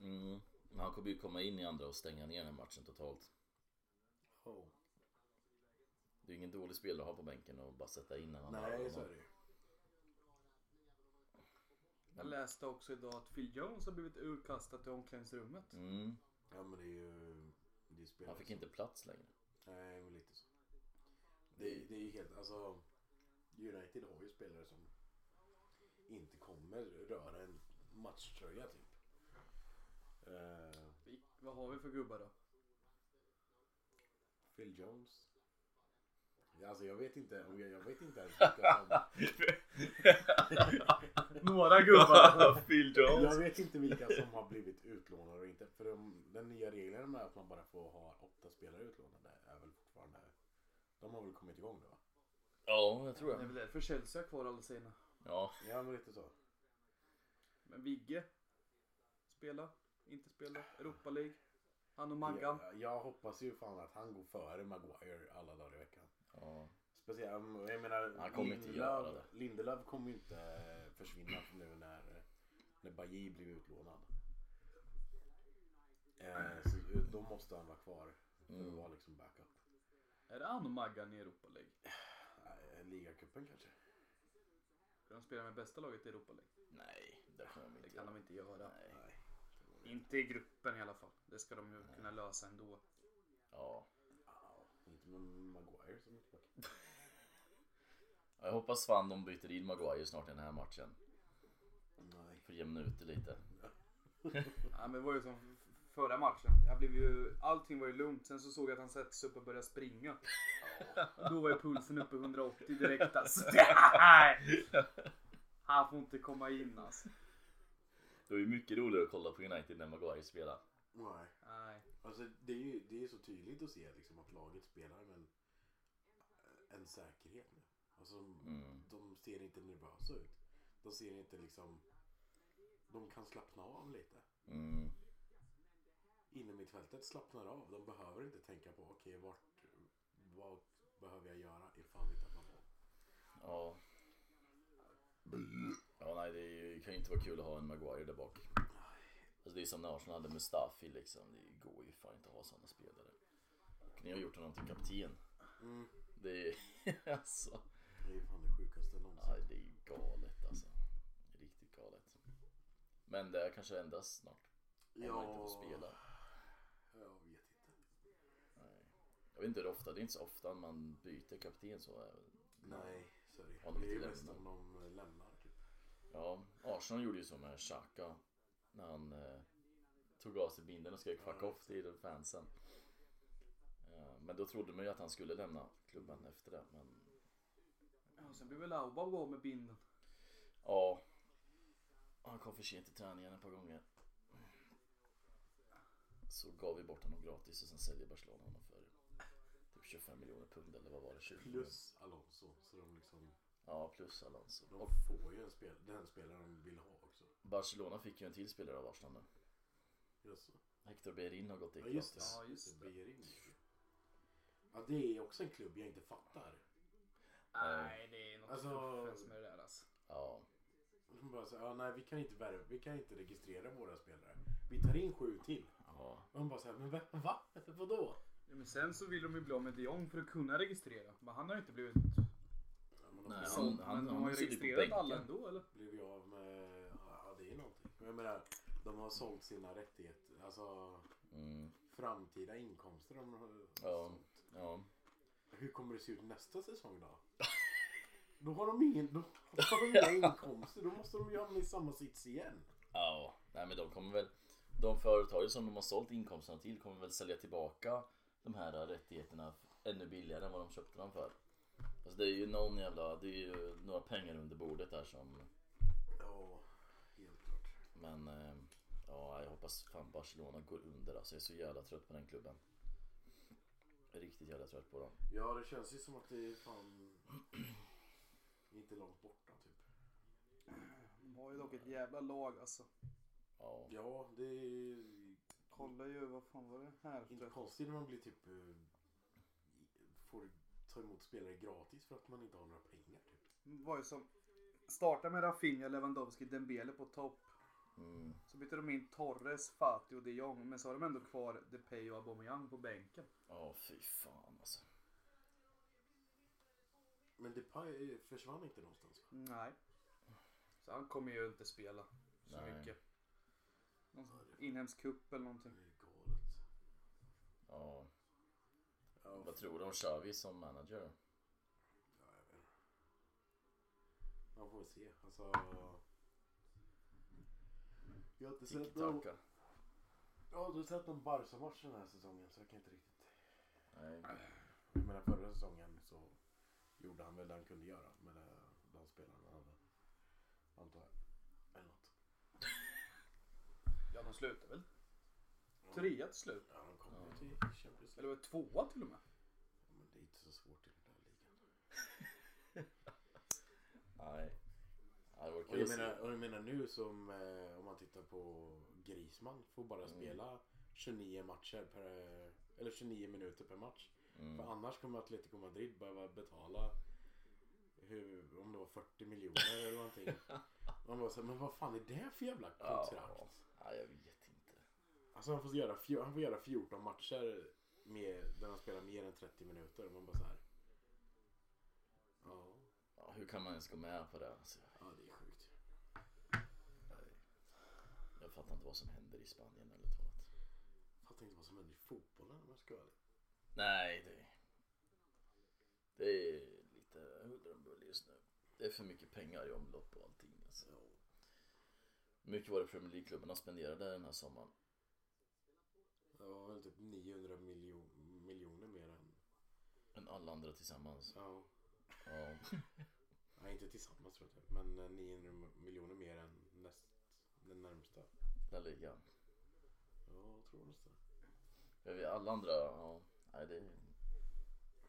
A: Mm. Men han kommer ju komma in i andra och stänga ner den här matchen totalt.
B: Oh.
A: Det är ingen dålig spelare att ha på bänken och bara sätta in när han har
B: Nej,
A: honom.
B: så är det ju.
C: Jag läste också idag att Phil Jones har blivit urkastad till omklädningsrummet.
A: Mm.
B: Ja men det är ju... Det är spelare
A: Han fick
B: som-
A: inte plats längre.
B: Nej men lite så. Det, är- det är ju helt, alltså. United har ju spelare som inte kommer röra en matchtröja typ. Eh,
C: Vi- Vad har vi för gubbar då?
B: Phil Jones. Ja, Alltså jag vet inte, jag, jag vet inte ens vilka som...
C: Några gubbar.
A: Phil
B: Jag vet inte vilka som har blivit utlånade och inte. För de, den nya regeln med att man bara får ha åtta spelare utlånade är väl fortfarande... De har väl kommit igång nu va?
A: Ja, jag
C: Det
A: tror
C: är
A: det.
C: väl därför Chelsea har kvar alla sina.
A: Ja,
B: Ja men lite så.
C: Men Vigge? Spela? Inte spela? Europa League? Han och Maggan?
B: Jag, jag hoppas ju fan att han går före Maguire alla dagar i veckan.
A: ja.
B: Speciellt, um, jag menar
A: Han kommer inte göra det.
B: Lindelöf kommer ju inte eh, försvinna nu när, när Bailly blir utlånad. Eh, så, eh, då måste han vara kvar för att
A: Mm.
B: vara liksom backup.
C: Är det han och Maggan i Europa League?
B: Eh, Ligacupen kanske?
C: För de spelar med bästa laget i Europa League.
A: Nej, det kommer de
C: Det
A: inte
C: kan
A: göra.
C: de inte göra.
A: Nej.
B: Nej.
C: Inte i gruppen i alla fall. Det ska de ju kunna lösa ändå.
A: Ja.
B: Ja, inte med Maguire som mittback.
A: Jag hoppas fan de byter in Maguire snart i den här matchen.
B: Nej.
A: För att jämna ut det lite.
C: Ja, men det var ju som f- förra matchen. Jag blev ju, allting var ju lugnt. Sen så såg jag att han satte sig upp och började springa. Och då var ju pulsen uppe i 180 direkt alltså. Nej! Han får inte komma in alltså.
A: Det var ju mycket roligare att kolla på United när Maguire spelade.
B: Nej.
C: Nej.
B: Alltså det är ju det är så tydligt att se liksom, att laget spelar med en, en säkerhet nu. Alltså
A: Mm.
B: de ser inte nervösa ut. De ser inte liksom... De kan slappna av lite.
A: Mm.
B: Inom mitt fältet slappnar av. De behöver inte tänka på okej vart... Vad behöver jag göra ifall vi tappar boll?
A: Ja. Ja, nej, det är ju- det kan ju inte vara kul att ha en Maguire där bak. Alltså, det är som när Arsenal hade Mustafi liksom. Det går ju fan inte att ha sådana spelare. Och ni har gjort honom till kapten.
B: Mm.
A: Det är alltså.
B: Det är ju fan det sjukaste någonsin.
A: Nej, det är ju galet alltså. Riktigt galet. Men det här kanske ändras snart. Om man inte får spela.
B: Jag vet inte.
A: Nej. Jag vet inte hur ofta. Det är inte så ofta man byter kapten så.
B: Nej, så är det ju.
A: Om de
B: Det är ju
A: inte
B: mest
A: lämnar.
B: om de lämnar typ.
A: Ja, Arsenal gjorde ju så med Xhaka när han eh, tog av sig binden och skrek fuck off till fansen. Eh, men då trodde man ju att han skulle lämna klubban efter det. Men
C: Ja, och sen blev väl Laubau av med binden.
A: ja, han kom för sent till träningen ett par gånger. Så gav vi bort honom gratis och sen säljer Barcelona honom för typ 25 miljoner pund eller vad var det? 20 miljoner?
B: Plus Alonso. Så de liksom...
A: Ja, plus Alonso.
B: De
A: Och
B: får ju en spel, den spelare de vill ha också.
A: Barcelona fick ju en till spelare av Arsenal nu.
B: Just det.
A: Hector Bellerin har gått dit
B: Ja just det.
A: gratis.
C: Ja, just det.
B: Beijer in. Ja det är också en klubb jag inte fattar.
C: Nej, det är något
B: Alltså-
C: fuffens med det där alltså.
A: Ja,
B: De bara säger, ja nej vi kan inte värva, vi kan inte registrera våra spelare. Vi tar in sju till.
A: ja.
B: Och de bara såhär, men va? va? Vadå?
C: Ja, men sen så vill de ju bli av med de Jong för att kunna registrera. Men han har ju inte blivit
B: Ja, men de
A: Nej,
B: blev-
A: han-
C: såld. Men de har ju
A: sitter på
C: registrerat
A: bänken.
C: alla ändå eller?
B: blev ju av med, ja det är någonting. Men jag menar, de har sålt sina rättigheter, alltså
A: Mm,
B: framtida inkomster de har
A: Ja.
B: sålt.
A: ja.
B: Hur kommer det se ut nästa säsong då? Då har de ingen, då har de inga inkomster, då måste de ju hamna i samma sits igen.
A: Ja, nej men de kommer väl De företag som de har sålt inkomsterna till kommer väl sälja tillbaka de här rättigheterna ännu billigare än vad de köpte dem för. Fast det är ju någon jävla, det är ju några pengar under bordet där som
B: Ja, helt klart.
A: Men eh, ja, jag hoppas fan Barcelona går under alltså. Jag är så jävla trött på den klubben. Jag är riktigt jävla trött på dem.
B: Ja, det känns ju som att det är fan inte långt borta typ.
C: De har ju dock ett jävla lag alltså.
A: Ja,
B: Ja, det är ju
C: Kolla ju, vad fan var det här?
B: inte konstigt när man blir typ eh, får ta emot spelare gratis för att man inte har några pengar typ.
C: Det var ju som, starta med Rafinha, Lewandowski, Dembele på topp.
A: mm,
C: Så bytte de in Torres, Fati och de Jong. Men så har de ändå kvar Depay och Aubameyang på bänken.
A: ja fy fan alltså.
B: Men Depay eh, försvann inte någonstans va?
C: Nej. Så han kommer ju inte spela så
A: Nej.
C: mycket. Någon inhemsk cup eller någonting.
B: Det är galet.
A: Ja,
B: Ja,
A: vad tror du om Xavi som manager?
B: Ja, jag vet inte. Man får väl se. Alltså... Jag har inte sett någon,
A: Tiki-taka?
B: jag har inte sett någon Barca-match den här säsongen så jag kan inte riktigt...
A: Nej.
B: Jag menar förra säsongen så gjorde han väl det han kunde göra med det- de spelarna han hade. Antar jag. Eller något.
C: Ja, de slutar väl trea till slut.
B: Ja, de kom
A: Ja.
B: ju till Champions
C: Eller
B: League.
C: var det tvåa till och med?
B: Ja, Men det är inte så svårt i den där ligan.
A: Nej. Ja, det var
B: Och
A: kul
B: jag,
A: att se.
B: menar, och jag menar nu som eh, om man tittar på Grisman får
A: Mm.
B: bara spela 29 matcher per, eller 29 minuter per match.
A: Mm.
B: För annars kommer Atletico Madrid behöva betala hur, om det var 40 miljoner eller någonting. Man bara så här, men vad fan är det för jävla kontrakt?
A: Ja, ja, jag vet inte.
B: Alltså han får, göra, fjo- han får göra 14 matcher med, där han spelar mer än 30 minuter. Man bara så här. Ja,
A: Ja, hur kan man ens gå med på det? Alltså,
B: ja det är sjukt.
A: jag fattar inte vad som händer i Spanien eller talat.
B: Fattar inte vad som händer i fotbollen om jag ska vara ärlig.
A: Nej, det, det är lite huller om buller just nu. Det är för mycket pengar i omlopp och allting. Alltså.
B: Ja.
A: Hur mycket var det Premier League-klubbarna spenderade den här sommaren?
B: Det var väl typ 900 miljo miljoner mer än...
A: Än alla andra tillsammans.
B: Ja.
A: Ja,
B: Nej, inte tillsammans tror jag inte. Men eh, 900 miljoner mer än näst, den närmsta.
A: La Liga.
B: Ja, jag tror nästan
A: Jag vet, Alla andra, ja. Nej, det är...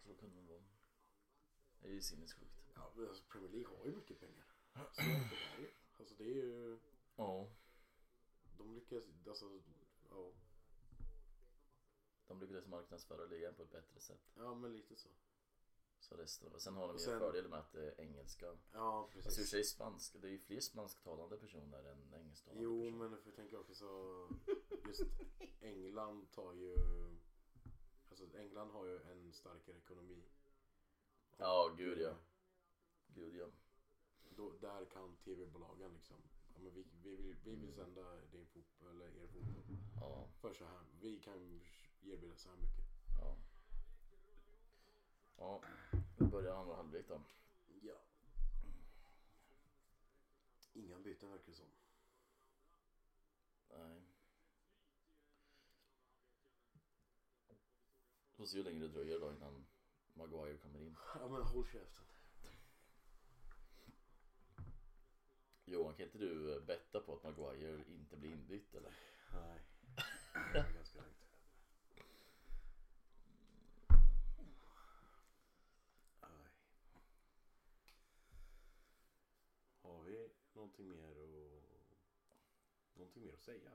A: Så kan det vara. Det är ju sinnessjukt.
B: Ja, men alltså Premier League har ju mycket pengar. Så är det där ju. Alltså det är ju...
A: Ja.
B: De lyckas... Alltså, ja.
A: De lyckades marknadsföra ligan på ett bättre sätt.
B: ja, men lite så.
A: Så resten av... Sen har de ju
B: Och sen-
A: en fördel med att det är engelska.
B: Ja,
A: Fast Alltså, i och för
B: precis.
A: sig spanska. Det är ju fler spansktalande personer än engelsktalande
B: Jo,
A: personer.
B: men du får tänka också så... Just England tar ju... Alltså England har ju en starkare ekonomi.
A: Ja, gud ja. Gud ja.
B: Då, där kan tv-bolagen liksom. Ja, men vi, vi, vill, vi vill sända din fotboll, eller er fotboll
A: Ja.
B: för så här. Vi kan erbjuda så här mycket.
A: Ja. Ja. Vi börjar andra halvlek då.
B: Ja. Inga byten verkar det som.
A: Nej. Får se hur länge det dröjer då innan Maguire kommer in.
B: Ja men håll käften.
A: Johan, kan inte du eh, betta på att Maguire inte blir inbytt eller?
B: Nej. Det är ganska långt. Aj. Har vi någonting mer att, någonting mer att säga?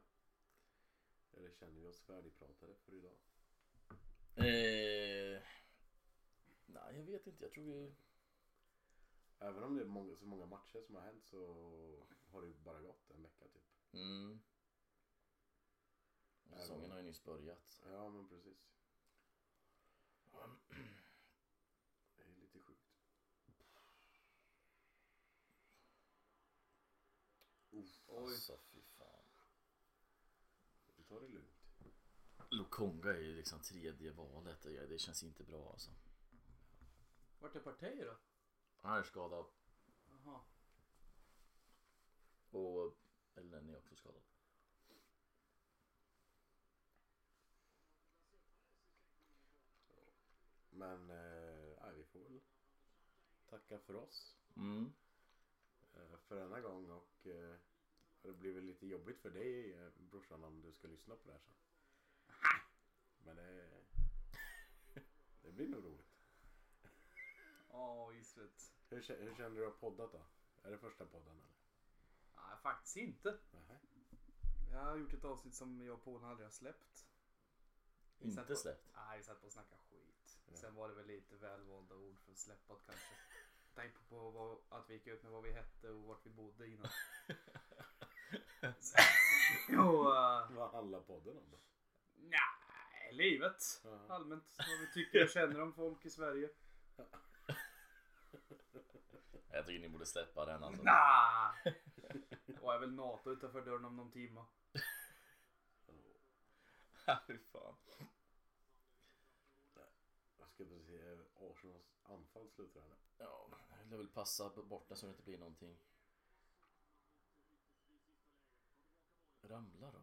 B: Eller känner vi oss färdigpratade för idag?
A: Eh, nej, jag vet inte. Jag tror vi...
B: Även om det är många, så många matcher som har hänt så har det ju bara gått en vecka typ.
A: Mm. Säsongen har ju nyss börjat.
B: Ja men precis. Det är lite sjukt. Uff,
C: Oj.
A: Alltså, fy fan.
B: vi tar det lugnt.
A: Lokonga är ju liksom tredje valet. Det det känns inte bra alltså.
C: Vart är Partey då?
A: Han är skadad.
C: Jaha.
A: Och Elneny är också skadad.
B: Men eh, nej, vi får väl tacka för oss
A: Mm.
B: eh, för denna gång och eh, det blir väl lite jobbigt för dig eh, brorsan om du ska lyssna på det här sen. Men det, det blir nog roligt.
C: Ja, isvet.
B: Hur, kä- hur känner du att poddat då? Är det första podden eller?
C: Nej, faktiskt inte.
B: Nähä.
C: Jag har gjort ett avsnitt som jag och Paul aldrig har släppt. Vi satt
A: Inte
C: på-
A: släppt.
C: Nej, vi satt på och snackade skit. Sen var det väl lite välvalda ord för släppat kanske. Tänk på- på vad, att vi gick ut med vad vi hette och vart vi bodde innan. och, eh,
B: Vad handlar podden om då?
C: nej, livet.
B: Ja.
C: Allmänt vad vi tycker och känner om folk i Sverige.
A: Jag tycker ni borde släppa den alltså.
C: Nah. Och jag vill nata utanför dörren om någon timme.
A: Fy fan.
B: Jag ska precis se, eh, Arsenals anfall slutar här nu.
A: Ja, jag vill väl passa bort den så det inte blir någonting. Ramla då?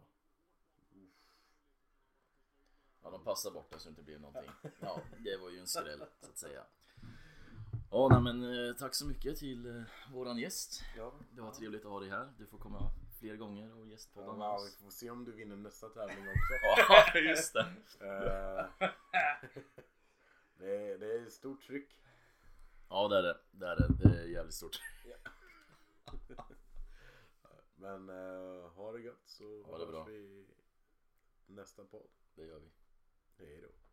A: Ja, de passar bort den så det inte blir någonting. Ja, det var ju en skräll så att säga. Ja, nej, men eh, tack så mycket till eh, våran gäst.
B: Ja,
A: Det var trevligt att ha dig här. Du får komma fler gånger och gästpodda med
B: ja, vi
A: oss.
B: får se om du vinner nästa tävling också.
A: Ja, just det.
B: Eh, det, är, det är stort tryck.
A: Ja, det är det. Det är det. Det är jävligt stort.
B: Men eh, ha det gött så
A: Ha det bra.
B: vi nästa podd.
A: Det gör vi.
B: Hej då.